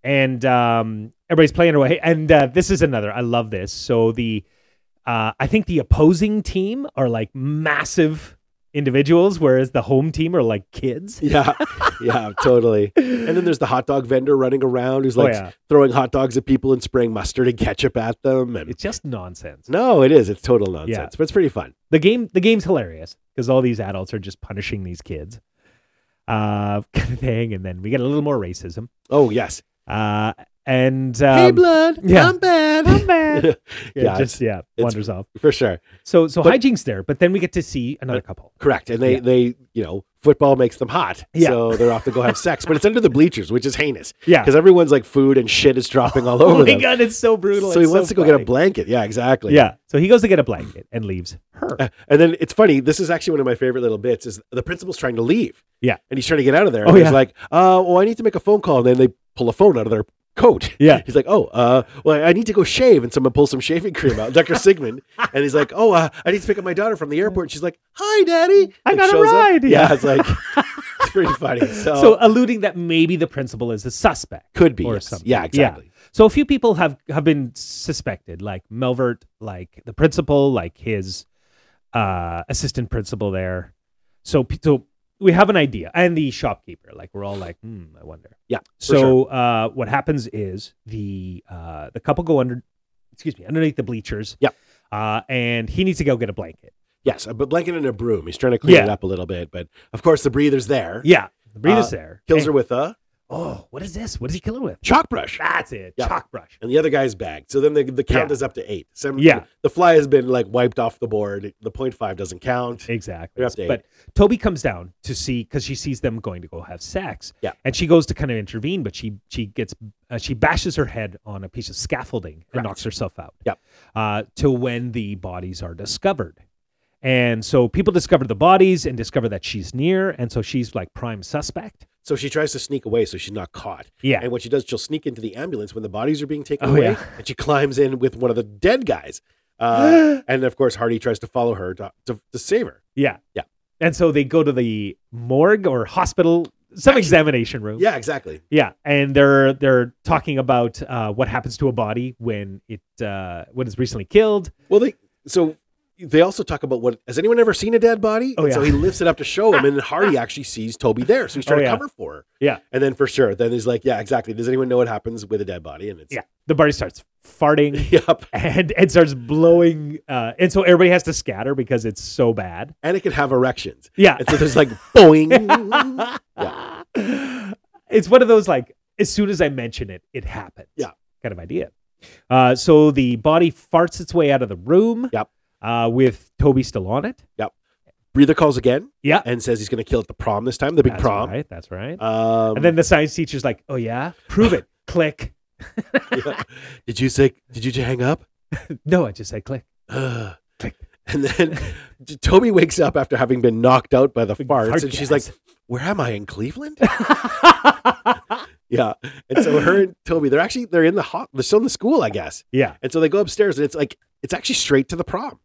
Speaker 2: and um, everybody's playing away. And uh, this is another. I love this. So the uh, I think the opposing team are like massive individuals, whereas the home team are like kids.
Speaker 1: Yeah, yeah, totally. And then there's the hot dog vendor running around who's
Speaker 2: oh
Speaker 1: like
Speaker 2: yeah,
Speaker 1: throwing hot dogs at people and spraying mustard and ketchup at them. And
Speaker 2: it's just nonsense.
Speaker 1: no, it is. It's total nonsense,
Speaker 2: Yeah.
Speaker 1: but it's pretty fun.
Speaker 2: The game the game's hilarious because all these adults are just punishing these kids, uh, kind of thing. And then we get a little more racism.
Speaker 1: Oh yes.
Speaker 2: Uh, and
Speaker 1: hey,
Speaker 2: um,
Speaker 1: blood.
Speaker 2: yeah.
Speaker 1: I'm bad.
Speaker 2: I'm bad.
Speaker 1: yeah,
Speaker 2: yeah, just yeah,
Speaker 1: it's-
Speaker 2: wanders off.
Speaker 1: for sure.
Speaker 2: So so
Speaker 1: but-
Speaker 2: hijinks there, but then we get to see another couple.
Speaker 1: Correct. And they
Speaker 2: Yeah.
Speaker 1: they you know football makes them hot,
Speaker 2: Yeah.
Speaker 1: so they're off to go have sex. But it's under the bleachers, which is heinous
Speaker 2: Yeah,
Speaker 1: because everyone's like food and shit is dropping all over
Speaker 2: oh my
Speaker 1: them.
Speaker 2: god, it's so brutal.
Speaker 1: So he
Speaker 2: It's
Speaker 1: wants to go get a
Speaker 2: funny.
Speaker 1: blanket. Yeah, exactly.
Speaker 2: Yeah. So he goes to get a blanket and leaves her.
Speaker 1: Uh, And then it's funny. This is actually one of my favorite little bits. Is the principal's trying to leave?
Speaker 2: Yeah.
Speaker 1: and he's trying to get out of there.
Speaker 2: Oh,
Speaker 1: and he's
Speaker 2: yeah.
Speaker 1: like, "Uh, well, I need to make a phone call." And then they pull a phone out of their coat.
Speaker 2: Yeah.
Speaker 1: he's like, "Oh, uh, well, I need to go shave." And someone pulls some shaving cream out, Doctor Sigmund, and he's like, "Oh, uh, I need to pick up my daughter from the airport." And she's like, "Hi, Daddy."
Speaker 2: I
Speaker 1: Like,
Speaker 2: got a
Speaker 1: shows up.
Speaker 2: ride,
Speaker 1: Yeah.
Speaker 2: yeah.
Speaker 1: it's like it's pretty funny. So,
Speaker 2: So alluding that maybe the principal is a suspect.
Speaker 1: could be.
Speaker 2: or
Speaker 1: yes.
Speaker 2: something.
Speaker 1: Yeah,
Speaker 2: Yeah.
Speaker 1: exactly.
Speaker 2: So a few people have have been suspected, like Melvert, like the principal, like his uh, assistant principal there. So p- so we have an idea, and the shopkeeper. Like we're all like, hmm, I wonder.
Speaker 1: Yeah,
Speaker 2: So
Speaker 1: sure.
Speaker 2: uh, what happens is the uh, the couple go under, excuse me, underneath the bleachers.
Speaker 1: Yep.
Speaker 2: Uh, and he needs to go get a blanket.
Speaker 1: Yes, uh, a b- blanket and a broom. He's trying to clean
Speaker 2: Yeah.
Speaker 1: it up a little bit, but of course the breather's there.
Speaker 2: Yeah. The breather's
Speaker 1: Uh,
Speaker 2: there.
Speaker 1: Kills
Speaker 2: And-
Speaker 1: her with a
Speaker 2: Oh, what is this? What is he killing with?
Speaker 1: chalk brush.
Speaker 2: That's it.
Speaker 1: Yeah.
Speaker 2: Chalk brush.
Speaker 1: and the other guy's bagged. So then the, the count
Speaker 2: Yeah.
Speaker 1: is up to eight. Some,
Speaker 2: Yeah.
Speaker 1: The fly has been like wiped off the board. The point five doesn't count.
Speaker 2: Exactly.
Speaker 1: They're up to eight.
Speaker 2: But Toby comes down to see because she sees them going to go have sex.
Speaker 1: Yeah.
Speaker 2: And she goes to kind of intervene, but she she gets uh, she bashes her head on a piece of scaffolding and
Speaker 1: Correct.
Speaker 2: knocks herself out.
Speaker 1: Yep.
Speaker 2: Uh, to when the bodies are discovered. And so people discover the bodies and discover that she's near, and so she's like prime suspect.
Speaker 1: So she tries to sneak away so she's not caught.
Speaker 2: Yeah.
Speaker 1: And what she does, she'll sneak into the ambulance when the bodies are being taken
Speaker 2: Oh,
Speaker 1: away,
Speaker 2: yeah.
Speaker 1: and she climbs in with one of the dead guys. Uh, and of course, Hardy tries to follow her to, to, to save her.
Speaker 2: yeah.
Speaker 1: Yeah.
Speaker 2: And so they go to the morgue or hospital, some examination room.
Speaker 1: Yeah, exactly.
Speaker 2: Yeah, and they're they're talking about uh, what happens to a body when it uh, when it's recently killed.
Speaker 1: Well, they so they also talk about what has anyone ever seen a dead body?
Speaker 2: Oh,
Speaker 1: And So
Speaker 2: yeah.
Speaker 1: he lifts it up to show him, and Hardy actually sees Toby there, so he's
Speaker 2: Oh,
Speaker 1: trying
Speaker 2: yeah.
Speaker 1: to cover for her.
Speaker 2: Yeah.
Speaker 1: and then for sure, then he's like, "Yeah, exactly." Does anyone know what happens with a dead body? And it's
Speaker 2: Yeah. The party starts farting
Speaker 1: yep.
Speaker 2: and and starts blowing, uh, and so everybody has to scatter because it's so bad.
Speaker 1: And it can have erections,
Speaker 2: Yeah,
Speaker 1: and so there's like boing.
Speaker 2: It's one of those like as soon as I mention it, it happens.
Speaker 1: Yeah.
Speaker 2: Kind of idea. Uh, so the body farts its way out of the room.
Speaker 1: Yep.
Speaker 2: Uh, with Toby still on it.
Speaker 1: Breather calls again,
Speaker 2: Yeah.
Speaker 1: and says he's going to kill at the prom this time, the big
Speaker 2: that's
Speaker 1: prom.
Speaker 2: Right. That's right.
Speaker 1: Um,
Speaker 2: and then the science teacher's like, "Oh yeah, prove it." click.
Speaker 1: yeah. did you say? Did you hang up?
Speaker 2: No, I just said click.
Speaker 1: Ugh.
Speaker 2: Click.
Speaker 1: And then Toby wakes up after having been knocked out by the farts,
Speaker 2: fart
Speaker 1: and she's like,
Speaker 2: gas.
Speaker 1: "Where am I in Cleveland?" yeah, and so her and Toby, they're actually they're in the hot, they're still in the school, I guess,
Speaker 2: yeah.
Speaker 1: and so they go upstairs, and it's like it's actually straight to the prom.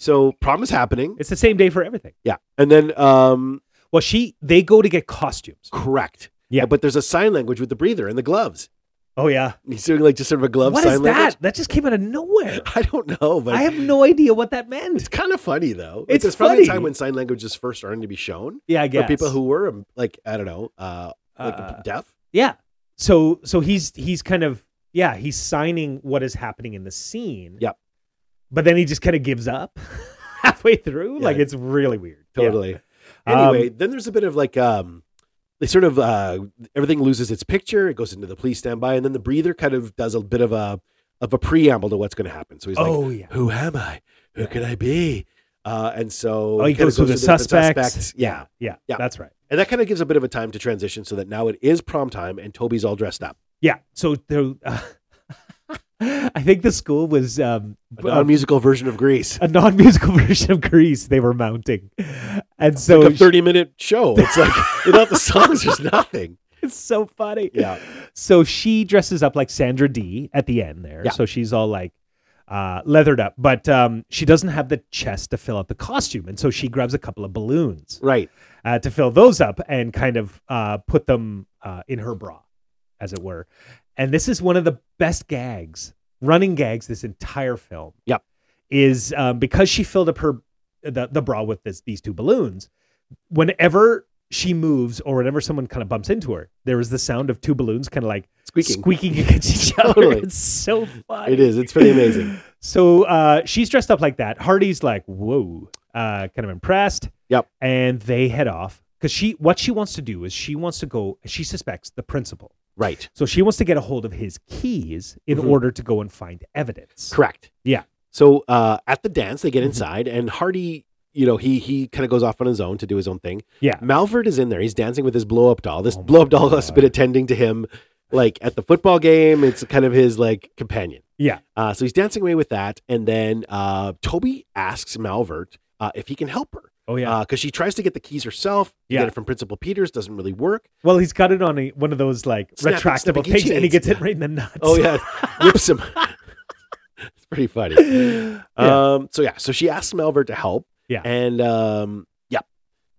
Speaker 1: So prom is happening,
Speaker 2: It's the same day for everything.
Speaker 1: yeah, and then um,
Speaker 2: Well, she they go to get costumes.
Speaker 1: correct,
Speaker 2: Yeah.
Speaker 1: but there's a sign language with the breather and the gloves.
Speaker 2: Oh yeah.
Speaker 1: He's doing like just sort of a glove
Speaker 2: What
Speaker 1: sign
Speaker 2: is that?
Speaker 1: language.
Speaker 2: That just came out of nowhere.
Speaker 1: I don't know, but
Speaker 2: I have no idea what that meant.
Speaker 1: it's kind of funny though.
Speaker 2: It's
Speaker 1: there's probably a
Speaker 2: funny.
Speaker 1: time when sign language is first starting to be shown.
Speaker 2: Yeah, I
Speaker 1: For
Speaker 2: guess.
Speaker 1: people who were um, like, I don't know, uh, like
Speaker 2: Uh,
Speaker 1: deaf.
Speaker 2: yeah. So so he's he's kind of yeah he's signing what is happening in the scene.
Speaker 1: Yep.
Speaker 2: But then he just kind of gives up halfway through.
Speaker 1: Yeah.
Speaker 2: Like it's really weird. Yeah.
Speaker 1: totally.
Speaker 2: Um,
Speaker 1: Anyway, then there's a bit of like um they sort of uh everything loses its picture, it goes into the police standby, and then the breather kind of does a bit of a of a preamble to what's gonna happen. So he's like,
Speaker 2: oh yeah.
Speaker 1: Who am I? Who can I be? Uh, and so
Speaker 2: Oh, he
Speaker 1: kinda
Speaker 2: goes through the
Speaker 1: through
Speaker 2: suspects.
Speaker 1: Yeah.
Speaker 2: yeah.
Speaker 1: Yeah.
Speaker 2: That's right.
Speaker 1: And that kind of gives a bit of a time to transition so that now it is prom time and Toby's all dressed up.
Speaker 2: Yeah. So there. I think the school was um,
Speaker 1: A non musical version of Grease.
Speaker 2: a non-musical version of Grease they were mounting, and so
Speaker 1: Like a 30 minute show. It's like without the songs, there's nothing.
Speaker 2: it's so funny.
Speaker 1: Yeah.
Speaker 2: So she dresses up like Sandra D at the end there.
Speaker 1: Yeah.
Speaker 2: So she's all like uh, leathered up, but um, she doesn't have the chest to fill out the costume, and so she grabs a couple of balloons
Speaker 1: Right.
Speaker 2: uh, to fill those up and kind of uh, put them uh, in her bra, as it were. And this is one of the best gags, running gags, this entire film.
Speaker 1: Yep.
Speaker 2: Is um, because she filled up her the, the bra with this, these two balloons. Whenever she moves or whenever someone kind of bumps into her, there is the sound of two balloons kind of like
Speaker 1: Squeaking.
Speaker 2: squeaking against each other.
Speaker 1: Totally.
Speaker 2: It's so funny.
Speaker 1: It is. It's pretty amazing.
Speaker 2: So uh, she's dressed up like that. Hardy's like, whoa, uh, kind of impressed.
Speaker 1: Yep.
Speaker 2: And they head off because she, what she wants to do is she wants to go. She suspects the principal,
Speaker 1: Right.
Speaker 2: so she wants to get a hold of his keys in
Speaker 1: Mhm.
Speaker 2: order to go and find evidence.
Speaker 1: Correct.
Speaker 2: Yeah.
Speaker 1: So uh, at the dance, they get
Speaker 2: Mhm.
Speaker 1: inside, and Hardy, you know, he he kind of goes off on his own to do his own thing.
Speaker 2: Yeah.
Speaker 1: Malvert is in there. He's dancing with his blow up doll. This
Speaker 2: Oh my
Speaker 1: blow up doll has
Speaker 2: God.
Speaker 1: been attending to him, like at the football game. It's kind of his like companion.
Speaker 2: Yeah.
Speaker 1: Uh, so he's dancing away with that, and then uh, Toby asks Malvert uh, if he can help her
Speaker 2: Oh yeah.
Speaker 1: because she tries to get the keys herself. You
Speaker 2: Yeah.
Speaker 1: Get it from Principal Peters. Doesn't really work.
Speaker 2: well, he's got it on a, one of those like
Speaker 1: Snap-
Speaker 2: retractable
Speaker 1: snappy
Speaker 2: things, and he
Speaker 1: keychains.
Speaker 2: gets hit right in the nuts.
Speaker 1: Oh yeah, whips him. it's pretty funny.
Speaker 2: yeah.
Speaker 1: Um, so yeah, so she asks Malvert to help.
Speaker 2: Yeah.
Speaker 1: And um, yeah.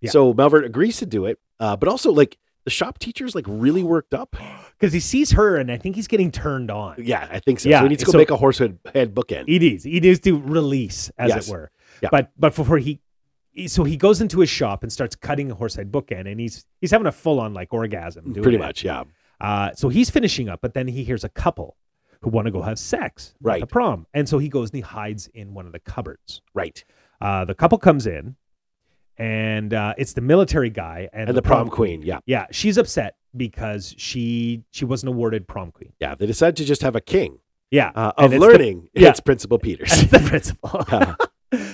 Speaker 2: Yeah.
Speaker 1: So Malvert agrees to do it, uh, but also like the shop teacher's like really worked up.
Speaker 2: Because he sees her, and I think he's getting turned on.
Speaker 1: Yeah, I think so.
Speaker 2: Yeah,
Speaker 1: So he needs to go
Speaker 2: so-
Speaker 1: make a horse head, head bookend.
Speaker 2: It is. It is to E release, as
Speaker 1: Yes.
Speaker 2: it were.
Speaker 1: Yeah.
Speaker 2: But but before he, he- so he goes into his shop and starts cutting a horsehead bookend, and he's he's having a full on like orgasm. Doing
Speaker 1: Pretty
Speaker 2: it.
Speaker 1: much, yeah.
Speaker 2: Uh, so he's finishing up, but then he hears a couple who want to go have sex at the
Speaker 1: Right.
Speaker 2: prom, and so he goes and he hides in one of the cupboards.
Speaker 1: Right.
Speaker 2: Uh, the couple comes in, and uh, it's the military guy and,
Speaker 1: And, the prom, queen, yeah.
Speaker 2: Yeah, she's upset because she she wasn't awarded prom queen.
Speaker 1: Yeah. They decide to just have a king
Speaker 2: Yeah,
Speaker 1: uh,
Speaker 2: and
Speaker 1: of
Speaker 2: it's the-
Speaker 1: learning.
Speaker 2: yeah.
Speaker 1: It's Principal Peters. Uh,
Speaker 2: That's the principal.
Speaker 1: Yeah.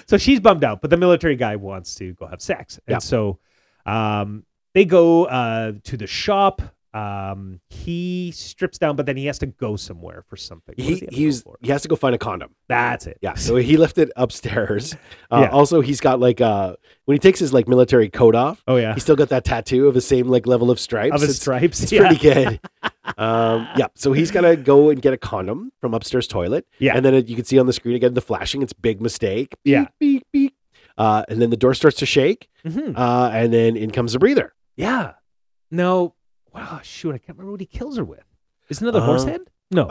Speaker 2: so she's bummed out, but the military guy wants to go have sex. And
Speaker 1: Yeah.
Speaker 2: so um, they go uh, to the shop. Um, he strips down, but then he has to go somewhere for something. What does
Speaker 1: He,
Speaker 2: have to go
Speaker 1: he's,
Speaker 2: for?
Speaker 1: he has to go find a condom.
Speaker 2: That's it.
Speaker 1: Yeah, so he left it upstairs. Uh,
Speaker 2: Yeah.
Speaker 1: Also, he's got like uh, when he takes his like military coat off,
Speaker 2: Oh, yeah.
Speaker 1: he's still got that tattoo of the same like level of stripes.
Speaker 2: Of his
Speaker 1: It's-
Speaker 2: stripes.
Speaker 1: It's
Speaker 2: yeah.
Speaker 1: pretty good. um, yeah. So he's gonna go and get a condom from upstairs toilet.
Speaker 2: Yeah.
Speaker 1: And then it, you can see on the screen again the flashing. It's big mistake. Beep,
Speaker 2: Yeah.
Speaker 1: Beep beep. Uh, and then the door starts to shake.
Speaker 2: Mhm.
Speaker 1: Uh, and then in comes the breather.
Speaker 2: Yeah. No. Wow, shoot. I can't remember what he kills her with. Is it another horse
Speaker 1: Uh,
Speaker 2: head? No.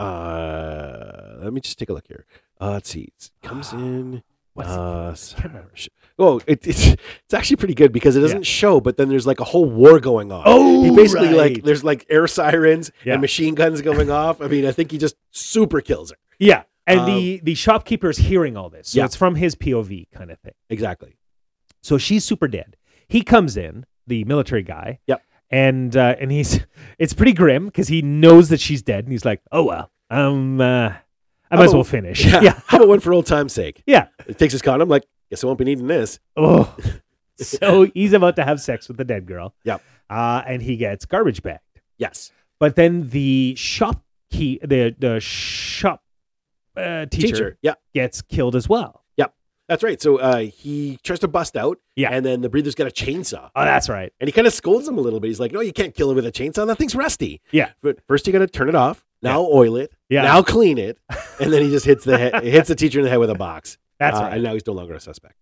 Speaker 1: Uh, let me just take a look here. Uh, let's see. It comes in.
Speaker 2: What is it?
Speaker 1: Uh,
Speaker 2: I can't remember.
Speaker 1: sh- oh, it, it's it's actually pretty good because it doesn't
Speaker 2: Yeah.
Speaker 1: show, but then there's like a whole war going on.
Speaker 2: Oh,
Speaker 1: he basically like
Speaker 2: right.
Speaker 1: there's like air sirens
Speaker 2: Yeah.
Speaker 1: and machine guns going off. I mean, I think he just super kills her.
Speaker 2: yeah. And the the shopkeeper is hearing all this, so
Speaker 1: um, Yeah.
Speaker 2: it's from his POV kind of thing.
Speaker 1: Exactly.
Speaker 2: So she's super dead. He comes in, the military guy.
Speaker 1: Yep.
Speaker 2: And uh, and he's it's pretty grim because he knows that she's dead, and he's like, "Oh well, um, uh, I might as
Speaker 1: Oh,
Speaker 2: well finish."
Speaker 1: Yeah.
Speaker 2: yeah.
Speaker 1: How about one for old time's sake?
Speaker 2: Yeah.
Speaker 1: He takes his condom. Like, guess I won't be needing this.
Speaker 2: Oh, so he's about to have sex with the dead girl.
Speaker 1: Yep.
Speaker 2: Uh, and he gets garbage bagged.
Speaker 1: Yes.
Speaker 2: But then the shop key, the the shop uh, teacher,
Speaker 1: Yeah.
Speaker 2: gets killed as well.
Speaker 1: That's right. So uh, he tries to bust out.
Speaker 2: Yeah.
Speaker 1: And then the breather's got a chainsaw.
Speaker 2: Oh, that's right.
Speaker 1: And he kind of scolds him a little bit. He's like, no, you can't kill it with a chainsaw. That thing's rusty.
Speaker 2: Yeah.
Speaker 1: But first, you got to turn it off. Now oil it.
Speaker 2: Yeah,
Speaker 1: Now clean it. And then he just hits the he- hits the teacher in the head with a box.
Speaker 2: that's
Speaker 1: Uh,
Speaker 2: right.
Speaker 1: And now he's no longer a suspect.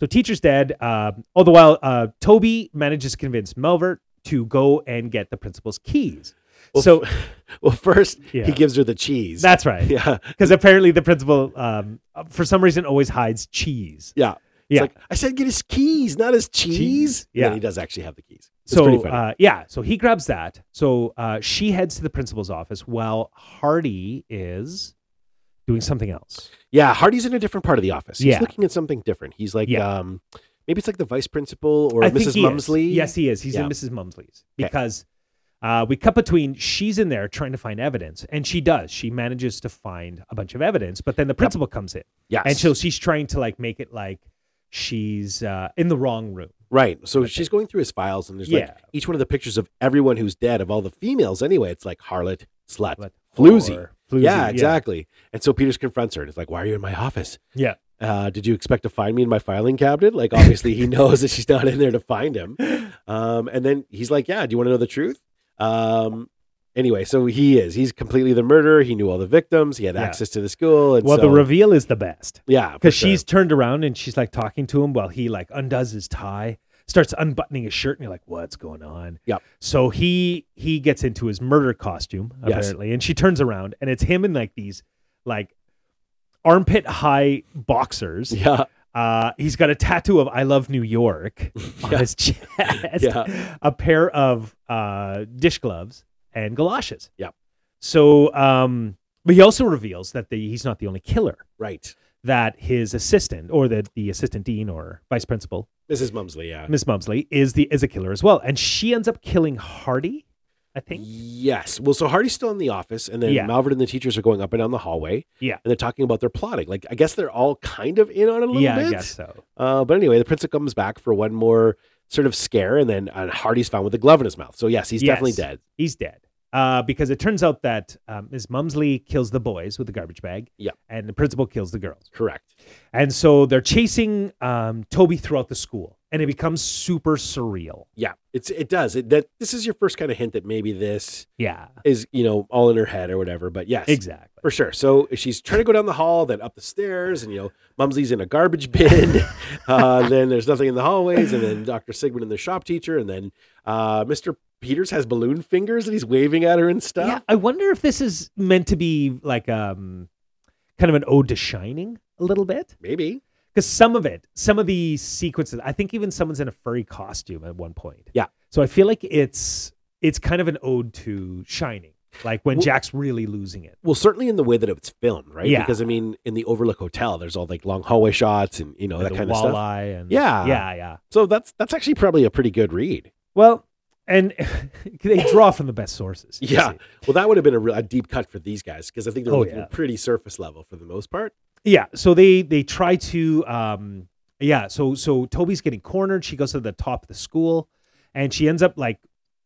Speaker 2: So teacher's dead. Uh, all the while, uh, Toby manages to convince Melvert to go and get the principal's keys.
Speaker 1: Well,
Speaker 2: so
Speaker 1: Well, first,
Speaker 2: yeah,
Speaker 1: he gives her the cheese.
Speaker 2: that's right.
Speaker 1: yeah.
Speaker 2: Because apparently the principal, um, uh, for some reason, always hides cheese.
Speaker 1: Yeah. It's
Speaker 2: Yeah.
Speaker 1: like, I said get his keys, not his cheese.
Speaker 2: Cheese.
Speaker 1: And then
Speaker 2: Yeah.
Speaker 1: he does actually have the keys. It's pretty
Speaker 2: so
Speaker 1: funny.
Speaker 2: uh, yeah, so he grabs that. So uh, she heads to the principal's office while Hardy is doing something else.
Speaker 1: Yeah, Hardy's in a different part of the office. He's
Speaker 2: Yeah.
Speaker 1: looking at something different. He's like,
Speaker 2: Yeah.
Speaker 1: um, maybe it's like the vice principal or
Speaker 2: I think
Speaker 1: Mrs.
Speaker 2: he is.
Speaker 1: Mumsley.
Speaker 2: Yes, he is. He's
Speaker 1: Yeah.
Speaker 2: in Mrs. Mumsley's because uh, we cut between she's in there trying to find evidence, and she does. She manages to find a bunch of evidence, but then the principal comes in,
Speaker 1: Yes.
Speaker 2: and so she's trying to like make it like she's uh, in the wrong room.
Speaker 1: right. So
Speaker 2: I
Speaker 1: she's going through his files, and there's like
Speaker 2: Yeah.
Speaker 1: each one of the pictures of everyone who's dead of all the females. Anyway, it's like harlot, slut,
Speaker 2: Like,
Speaker 1: floozy.
Speaker 2: or floozy,
Speaker 1: Yeah, exactly. And so Peters confronts her, and it's like, why are you in my office?
Speaker 2: Yeah.
Speaker 1: Uh, did you expect to find me in my filing cabinet? Like, obviously, he knows that she's not in there to find him. Um, and then he's like, yeah, do you want to know the truth? Um, anyway, so he is. He's completely the murderer. He knew all the victims. He had
Speaker 2: Yeah.
Speaker 1: access to the school. And
Speaker 2: Well, the
Speaker 1: so-
Speaker 2: reveal is the best.
Speaker 1: Yeah, for
Speaker 2: because
Speaker 1: sure.
Speaker 2: she's turned around and she's like talking to him while he like undoes his tie starts unbuttoning his shirt and you're like what's going on
Speaker 1: Yep.
Speaker 2: so he he gets into his murder costume
Speaker 1: Yes.
Speaker 2: apparently and she turns around and it's him in like these like armpit high boxers
Speaker 1: yeah,
Speaker 2: uh he's got a tattoo of i love new york on
Speaker 1: Yeah.
Speaker 2: his chest
Speaker 1: Yeah.
Speaker 2: a pair of uh dish gloves and galoshes
Speaker 1: Yep.
Speaker 2: so um but he also reveals that the, he's not the only killer
Speaker 1: right.
Speaker 2: that his assistant or the, the assistant dean or vice principal,
Speaker 1: Mrs. Mumsley, yeah.
Speaker 2: Miss Mumsley, is the is a killer as well. And she ends up killing Hardy, I think.
Speaker 1: Yes. Well, so Hardy's still in the office, and then
Speaker 2: Yeah.
Speaker 1: Malvern and the teachers are going up and down the hallway.
Speaker 2: Yeah.
Speaker 1: And they're talking about their plotting. Like, I guess they're all kind of in on it a little
Speaker 2: yeah,
Speaker 1: bit.
Speaker 2: I guess so.
Speaker 1: Uh, but anyway, the principal comes back for one more sort of scare, and then uh, Hardy's found with a glove in his mouth. So, yes, he's definitely
Speaker 2: Yes.
Speaker 1: dead.
Speaker 2: He's dead. Uh, because it turns out that um, Ms. Mumsley kills the boys with the garbage bag.
Speaker 1: Yeah.
Speaker 2: And the principal kills the girls.
Speaker 1: Correct.
Speaker 2: And so they're chasing um, Toby throughout the school. And it becomes super surreal.
Speaker 1: Yeah, it's it does. It, that This is your first kind of hint that maybe this
Speaker 2: Yeah.
Speaker 1: is, you know, all in her head or whatever. But yes.
Speaker 2: Exactly.
Speaker 1: For sure. So she's trying to go down the hall, then up the stairs, and you know, Mumsley's in a garbage bin. uh, then there's nothing in the hallways, and then Dr. Sigmund and the shop teacher, and then uh, Mr. Peters has balloon fingers and he's waving at her and
Speaker 2: Yeah.
Speaker 1: stuff.
Speaker 2: I wonder if this is meant to be like um, kind of an ode to shining a little bit.
Speaker 1: Maybe.
Speaker 2: because some of it, some of the sequences, I think even someone's in a furry costume at one point.
Speaker 1: Yeah.
Speaker 2: So I feel like it's it's kind of an ode to Shining, like when
Speaker 1: Well-
Speaker 2: Jack's really losing it.
Speaker 1: Well, certainly in the way that it's filmed, right?
Speaker 2: Yeah.
Speaker 1: Because I mean, in the Overlook Hotel, there's all like long hallway shots and you know
Speaker 2: and
Speaker 1: that
Speaker 2: the
Speaker 1: kind of stuff.
Speaker 2: walleye and
Speaker 1: Yeah.
Speaker 2: yeah, yeah.
Speaker 1: So that's that's actually probably a pretty good read.
Speaker 2: Well, and they draw from the best sources. you
Speaker 1: Yeah.
Speaker 2: see.
Speaker 1: Well, that would have been a, real- a deep cut for these guys because I think they're
Speaker 2: Oh,
Speaker 1: looking
Speaker 2: yeah.
Speaker 1: pretty surface level for the most part.
Speaker 2: yeah. So they they try to um yeah. So so Toby's getting cornered. She goes to the top of the school, and she ends up like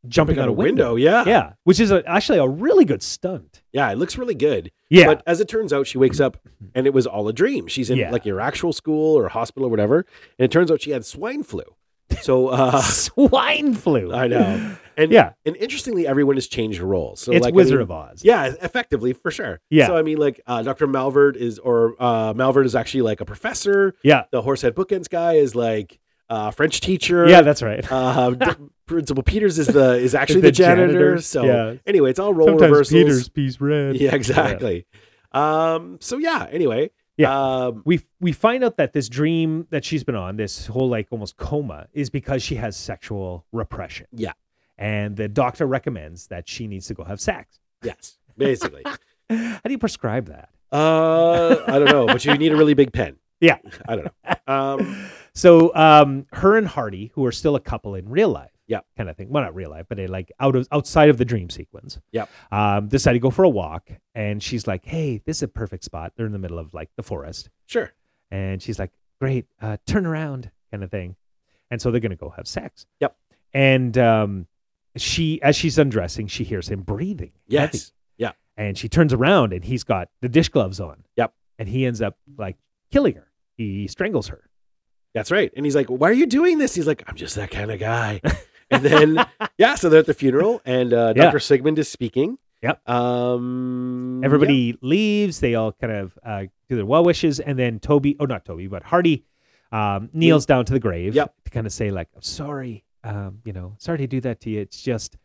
Speaker 2: jumping,
Speaker 1: Jumping
Speaker 2: out
Speaker 1: out
Speaker 2: a
Speaker 1: a
Speaker 2: window.
Speaker 1: window, yeah.
Speaker 2: Yeah, which is a, actually a really good stunt.
Speaker 1: Yeah, it looks really good.
Speaker 2: Yeah.
Speaker 1: But as it turns out, she wakes up and it was all a dream. She's in
Speaker 2: Yeah.
Speaker 1: like your actual school or hospital or whatever. And it turns out she had swine flu. So uh
Speaker 2: swine flu.
Speaker 1: I know. And
Speaker 2: Yeah.
Speaker 1: And interestingly, everyone has changed roles. So
Speaker 2: it's
Speaker 1: like, I
Speaker 2: Wizard
Speaker 1: mean-
Speaker 2: of Oz.
Speaker 1: Yeah, e-, effectively for sure.
Speaker 2: Yeah.
Speaker 1: So I mean, like uh, Dr. Malvert is, or uh, Malvert is actually like a professor.
Speaker 2: Yeah.
Speaker 1: The Horsehead Bookends guy is like a French teacher.
Speaker 2: Yeah, that's right.
Speaker 1: Uh, D- Principal Peters is the is actually the,
Speaker 2: The
Speaker 1: janitor.
Speaker 2: janitor,
Speaker 1: So
Speaker 2: yeah.
Speaker 1: anyway, it's all role
Speaker 2: Sometimes
Speaker 1: reversals.
Speaker 2: Peter's piece red.
Speaker 1: Yeah, exactly. Um, so yeah, anyway,
Speaker 2: Yeah.
Speaker 1: Um,
Speaker 2: we we find out that this dream that she's been on, this whole like almost coma, is because she has sexual repression.
Speaker 1: Yeah.
Speaker 2: And the doctor recommends that she needs to go have sex.
Speaker 1: yes, basically.
Speaker 2: How do you prescribe that?
Speaker 1: Uh, I don't know, but you need a really big pen.
Speaker 2: Yeah.
Speaker 1: I don't know. Um,
Speaker 2: So um, her and Hardy, who are still a couple in real life,
Speaker 1: Yeah.
Speaker 2: kind of thing. Well, not real life, but they like out of outside of the dream sequence.
Speaker 1: Yep.
Speaker 2: um, decide to go for a walk, and she's like, "Hey, this is a perfect spot." They're in the middle of like the forest,
Speaker 1: sure.
Speaker 2: and she's like, "Great, uh, turn around," kind of thing. And so they're gonna go have sex.
Speaker 1: Yep.
Speaker 2: And um, she, as she's undressing, she hears him breathing.
Speaker 1: Yes.
Speaker 2: heavy. and she turns around, and he's got the dish gloves on.
Speaker 1: Yep.
Speaker 2: And he ends up like killing her. He strangles her.
Speaker 1: That's right. And he's like, Why are you doing this? He's like, I'm just that kind of guy. And then, yeah, so they're at the funeral and uh,
Speaker 2: Yeah.
Speaker 1: Dr. Sigmund is speaking.
Speaker 2: Yep.
Speaker 1: Um,
Speaker 2: Everybody leaves. They all kind of uh, do their well wishes, and then Toby, oh not Toby, but Hardy, um, kneels down to the grave
Speaker 1: Mm. Yep.
Speaker 2: to kind of say like, "I'm sorry, um, you know, sorry to do that to you. It's just,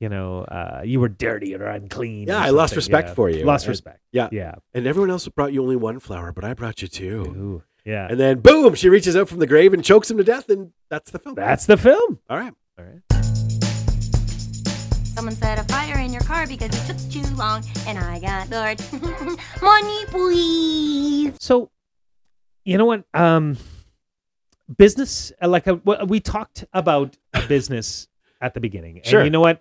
Speaker 2: you know, uh, you were dirty or unclean. or
Speaker 1: Yeah, I lost
Speaker 2: something."
Speaker 1: respect
Speaker 2: Yeah.
Speaker 1: for you.
Speaker 2: Lost
Speaker 1: And-
Speaker 2: respect.
Speaker 1: yeah.
Speaker 2: yeah,
Speaker 1: And everyone else brought you only one flower, but I brought you two.
Speaker 2: Ooh. yeah.
Speaker 1: And then, boom, she reaches out from the grave and chokes him to death. And that's the film.
Speaker 2: That's the film.
Speaker 1: All right.
Speaker 2: All right.
Speaker 4: Someone set a fire in your car because it took too long, and I got bored. Money, please.
Speaker 2: So, you know what? Um, business, uh, like uh, w- we talked about a business at the beginning. And
Speaker 1: Sure.
Speaker 2: You know what?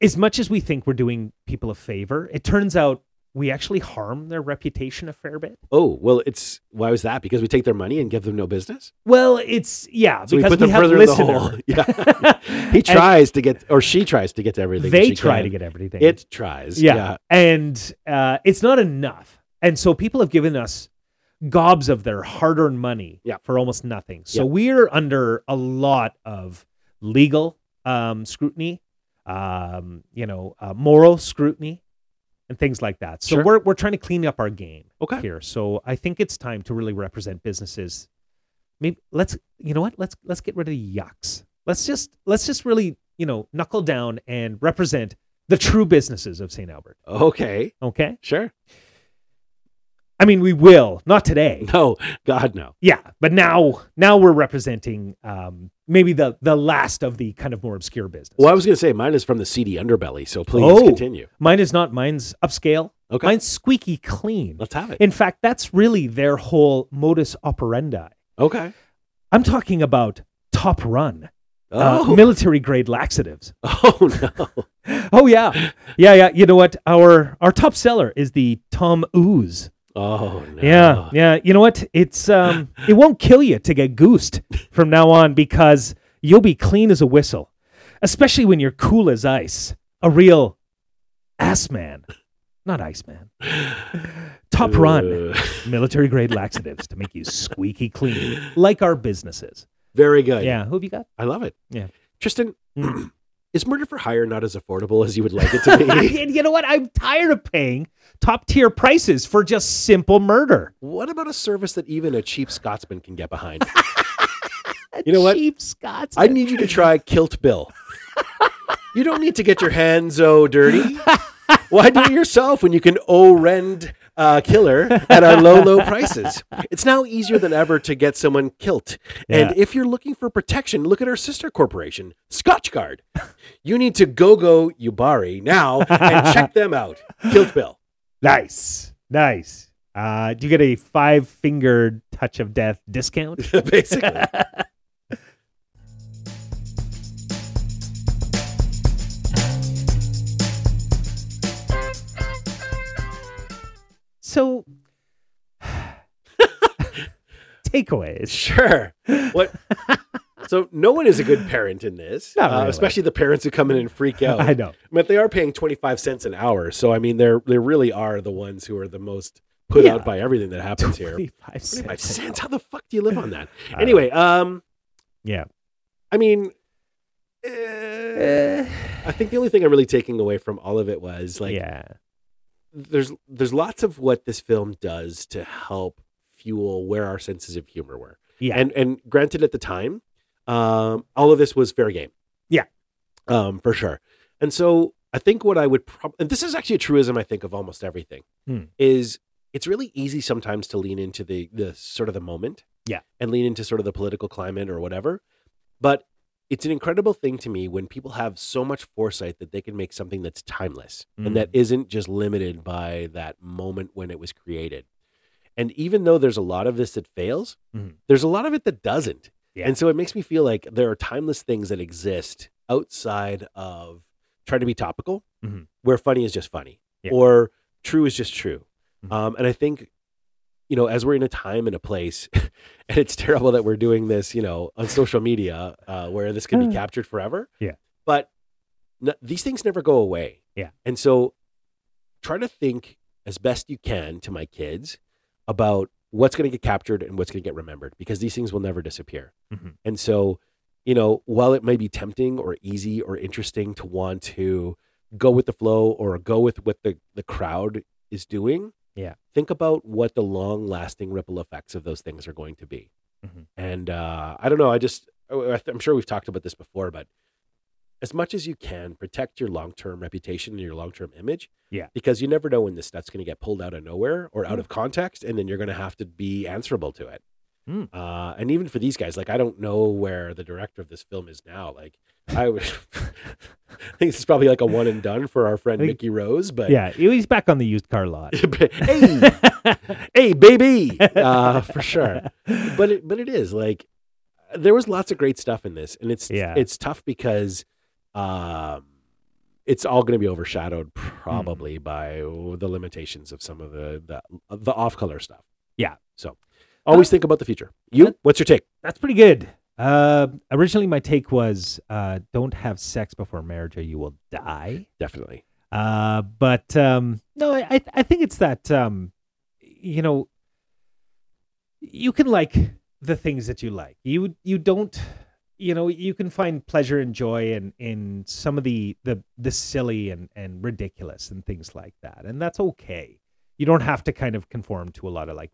Speaker 2: As much as we think we're doing people a favor, it turns out we actually harm their reputation a fair bit.
Speaker 1: Oh, well, it's why was that? Because we take their money and give them no business?
Speaker 2: Well, it's yeah,
Speaker 1: So we
Speaker 2: because
Speaker 1: put them
Speaker 2: have
Speaker 1: further in the hole.
Speaker 2: listener-
Speaker 1: Yeah. He
Speaker 2: And
Speaker 1: tries to get, or she tries to get to everything. that
Speaker 2: They
Speaker 1: she
Speaker 2: try
Speaker 1: can.
Speaker 2: to get everything.
Speaker 1: It tries.
Speaker 2: yeah. And uh, it's not enough. And so people have given us gobs of their hard earned money
Speaker 1: Yeah.
Speaker 2: for almost nothing. So we're under a lot of legal um, scrutiny, um, you know, uh, moral scrutiny, and things like that. So
Speaker 1: Sure.
Speaker 2: we're, we're trying to clean up our game
Speaker 1: Okay.
Speaker 2: here. So I think it's time to really represent businesses. Maybe let's, you know what? Let's let's get rid of the yucks. Let's just let's just really, you know, knuckle down and represent the true businesses of St. Albert.
Speaker 1: Okay.
Speaker 2: Okay.
Speaker 1: Sure.
Speaker 2: I mean, we will not today.
Speaker 1: No, God, no.
Speaker 2: Yeah, but now now we're representing um, maybe the the last of the kind of more obscure business.
Speaker 1: Well, I was going to say mine is from the seedy underbelly, so please
Speaker 2: Oh.
Speaker 1: continue.
Speaker 2: Mine is not. Mine's upscale.
Speaker 1: Okay.
Speaker 2: Mine's squeaky clean.
Speaker 1: Let's have it.
Speaker 2: In fact, that's really their whole modus operandi.
Speaker 1: okay.
Speaker 2: I'm talking about Top Run,
Speaker 1: Oh,
Speaker 2: uh, military grade laxatives.
Speaker 1: oh no.
Speaker 2: Oh yeah, yeah, yeah. You know what? Our our top seller is the Tom Ooze.
Speaker 1: Oh
Speaker 2: Ah.
Speaker 1: no.
Speaker 2: Yeah, yeah. You know what? It's um, it won't kill you to get goosed from now on because you'll be clean as a whistle, especially when you're cool as ice, a real ass man, not ice man. Top run,
Speaker 1: Uh,
Speaker 2: military grade laxatives to make you squeaky clean, like our businesses.
Speaker 1: Very good.
Speaker 2: Yeah, who have you got?
Speaker 1: I love it.
Speaker 2: Yeah.
Speaker 1: Tristan,
Speaker 2: Mm.
Speaker 1: is murder for hire not as affordable as you would like it to be?
Speaker 2: and you know what? I'm tired of paying top tier prices for just simple murder.
Speaker 1: what about a service that even a cheap Scotsman can get behind? you know what?
Speaker 2: Cheap Scots.
Speaker 1: I need you to try Kilt Bill. you don't need to get your hands so dirty. Why do it yourself when you can O-rend uh, killer at our low, low prices? It's now easier than ever to get someone kilt. And if you're looking for protection, look at our sister corporation, Scotchgard. You need to go-go Ubari now and check them out. Kilt Bill.
Speaker 2: Nice. Nice. Uh, do you get a five fingered touch of death discount?
Speaker 1: Basically.
Speaker 2: So, takeaways.
Speaker 1: Sure. What? So no one is a good parent in this, uh,
Speaker 2: Not really.
Speaker 1: especially the parents who come in and freak out.
Speaker 2: I know.
Speaker 1: But they are paying 25 cents an hour. So, I mean, they're, they really are the ones who are the most put
Speaker 2: Yeah.
Speaker 1: out by everything that happens here.
Speaker 2: 25
Speaker 1: 25
Speaker 2: cents.
Speaker 1: cents? How the fuck do you live on that?
Speaker 2: I don't
Speaker 1: anyway, um,
Speaker 2: Yeah.
Speaker 1: I mean, eh, I think the only thing I'm really taking away from all of it was like,
Speaker 2: yeah.
Speaker 1: there's, there's lots of what this film does to help fuel where our senses of humor were.
Speaker 2: Yeah.
Speaker 1: And, and granted, at the time, um, all of this was fair game.
Speaker 2: Yeah.
Speaker 1: Um, for sure. And so I think what I would probably, and this is actually a truism, I think, of almost everything
Speaker 2: Hmm.
Speaker 1: is it's really easy sometimes to lean into the the sort of the moment.
Speaker 2: Yeah.
Speaker 1: And lean into sort of the political climate or whatever. But it's an incredible thing to me when people have so much foresight that they can make something that's timeless
Speaker 2: Mm.
Speaker 1: and that isn't just limited by that moment when it was created. And even though there's a lot of this that fails,
Speaker 2: Mhm.
Speaker 1: there's a lot of it that doesn't.
Speaker 2: Yeah.
Speaker 1: And so it makes me feel like there are timeless things that exist outside of trying to be topical,
Speaker 2: Mhm.
Speaker 1: where funny is just funny
Speaker 2: Yeah.
Speaker 1: or true is just true.
Speaker 2: Mhm.
Speaker 1: Um, and I think, you know, as we're in a time and a place, and it's terrible that we're doing this, you know, on social media uh, where this can be captured forever.
Speaker 2: Yeah.
Speaker 1: But n- these things never go away.
Speaker 2: Yeah.
Speaker 1: And so try to think as best you can to my kids about what's going to get captured and what's going to get remembered because these things will never disappear.
Speaker 2: Mhm.
Speaker 1: And so, you know, while it may be tempting or easy or interesting to want to go with the flow or go with what the, the crowd is doing,
Speaker 2: Yeah.
Speaker 1: think about what the long lasting ripple effects of those things are going to be.
Speaker 2: Mhm.
Speaker 1: And uh, I don't know. I just, oh, I- I'm sure we've talked about this before, but as much as you can, protect your long term reputation and your long term image.
Speaker 2: Yeah.
Speaker 1: Because you never know when this stuff's going to get pulled out of nowhere or out of context, and then you're going to have to be answerable to it.
Speaker 2: Mm.
Speaker 1: Uh, and even for these guys, like I don't know where the director of this film is now. Like I would, I think this is probably like a one and done for our friend
Speaker 2: I think-
Speaker 1: Mickey Rose. But
Speaker 2: Yeah, he's back on the used car lot.
Speaker 1: hey, hey, baby, uh, for sure. But it, but it is like there was lots of great stuff in this, and it's
Speaker 2: Yeah.
Speaker 1: it's tough because um, it's all going to be overshadowed probably by oh, the limitations of some of the the, the off color stuff.
Speaker 2: Yeah.
Speaker 1: So always think about the future. You, what's your take?
Speaker 2: That's pretty good. Uh, originally, my take was uh, don't have sex before marriage or you will die.
Speaker 1: Definitely.
Speaker 2: Uh, but um, no, I, I- I think it's that, um, you know, you can like the things that you like. You you don't, you know, you can find pleasure and joy in in some of the the the silly and and ridiculous and things like that, and that's okay. You don't have to kind of conform to a lot of like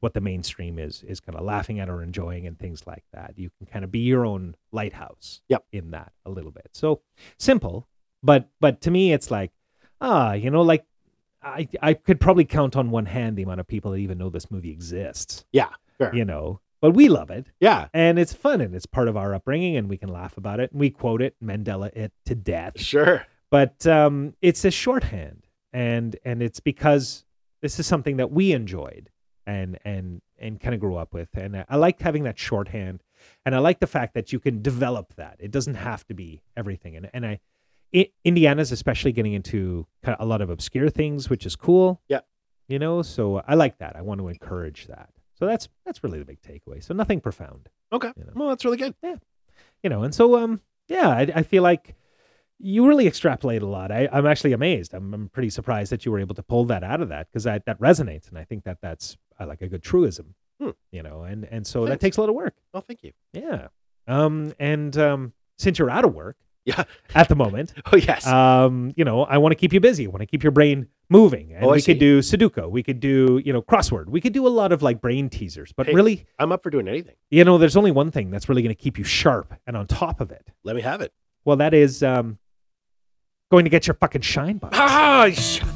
Speaker 2: what the mainstream is is kind of laughing at or enjoying and things like that. You can kind of be your own lighthouse
Speaker 1: Yep.
Speaker 2: in that a little bit. So simple, but but to me it's like ah, you know, like I I could probably count on one hand the amount of people that even know this movie exists.
Speaker 1: Yeah, fair.
Speaker 2: You know, but we love it
Speaker 1: Yeah,
Speaker 2: and it's fun and it's part of our upbringing and we can laugh about it and we quote it Mandela it to death
Speaker 1: sure.
Speaker 2: but um, it's a shorthand, and and it's because this is something that we enjoyed and and and kind of grew up with, and I- I like having that shorthand, and I like the fact that you can develop that. It doesn't have to be everything, and and I, I Indiana's especially getting into kind of a lot of obscure things, which is cool.
Speaker 1: Yeah.
Speaker 2: you know, so I like that. I want to encourage that. So that's that's really the big takeaway. So nothing profound
Speaker 1: Okay.
Speaker 2: You know.
Speaker 1: Well, that's really good.
Speaker 2: you know and so um yeah i, I feel like you really extrapolate a lot I, i'm actually amazed I'm, I'm pretty surprised that you were able to pull that out of that because that resonates and i think that that's uh, like a good truism
Speaker 1: Hmm.
Speaker 2: you know and and so that
Speaker 1: Thanks.
Speaker 2: takes a lot of work
Speaker 1: Well, thank you.
Speaker 2: yeah um and um since you're out of work
Speaker 1: Yeah.
Speaker 2: at the moment
Speaker 1: Oh yes.
Speaker 2: um you know i want to keep you busy i want to keep your brain moving and
Speaker 1: Oh, I
Speaker 2: we
Speaker 1: see.
Speaker 2: could do sudoku we could do you know crossword we could do a lot of like brain teasers but
Speaker 1: Hey.
Speaker 2: really
Speaker 1: I'm up for doing anything.
Speaker 2: you know there's only one thing that's really going to keep you sharp and on top of it
Speaker 1: Let me have it.
Speaker 2: well, that is um, going to get your fucking shine box.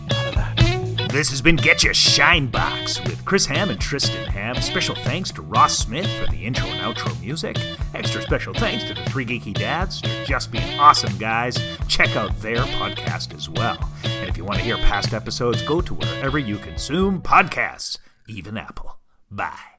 Speaker 3: This has been Get Your Shine Box with Chris Ham and Tristan Ham. Special thanks to Ross Smith for the intro and outro music. Extra special thanks to the Three Geeky Dads for just being awesome guys. Check out their podcast as well. And if you want to hear past episodes, go to wherever you consume podcasts, even Apple. Bye.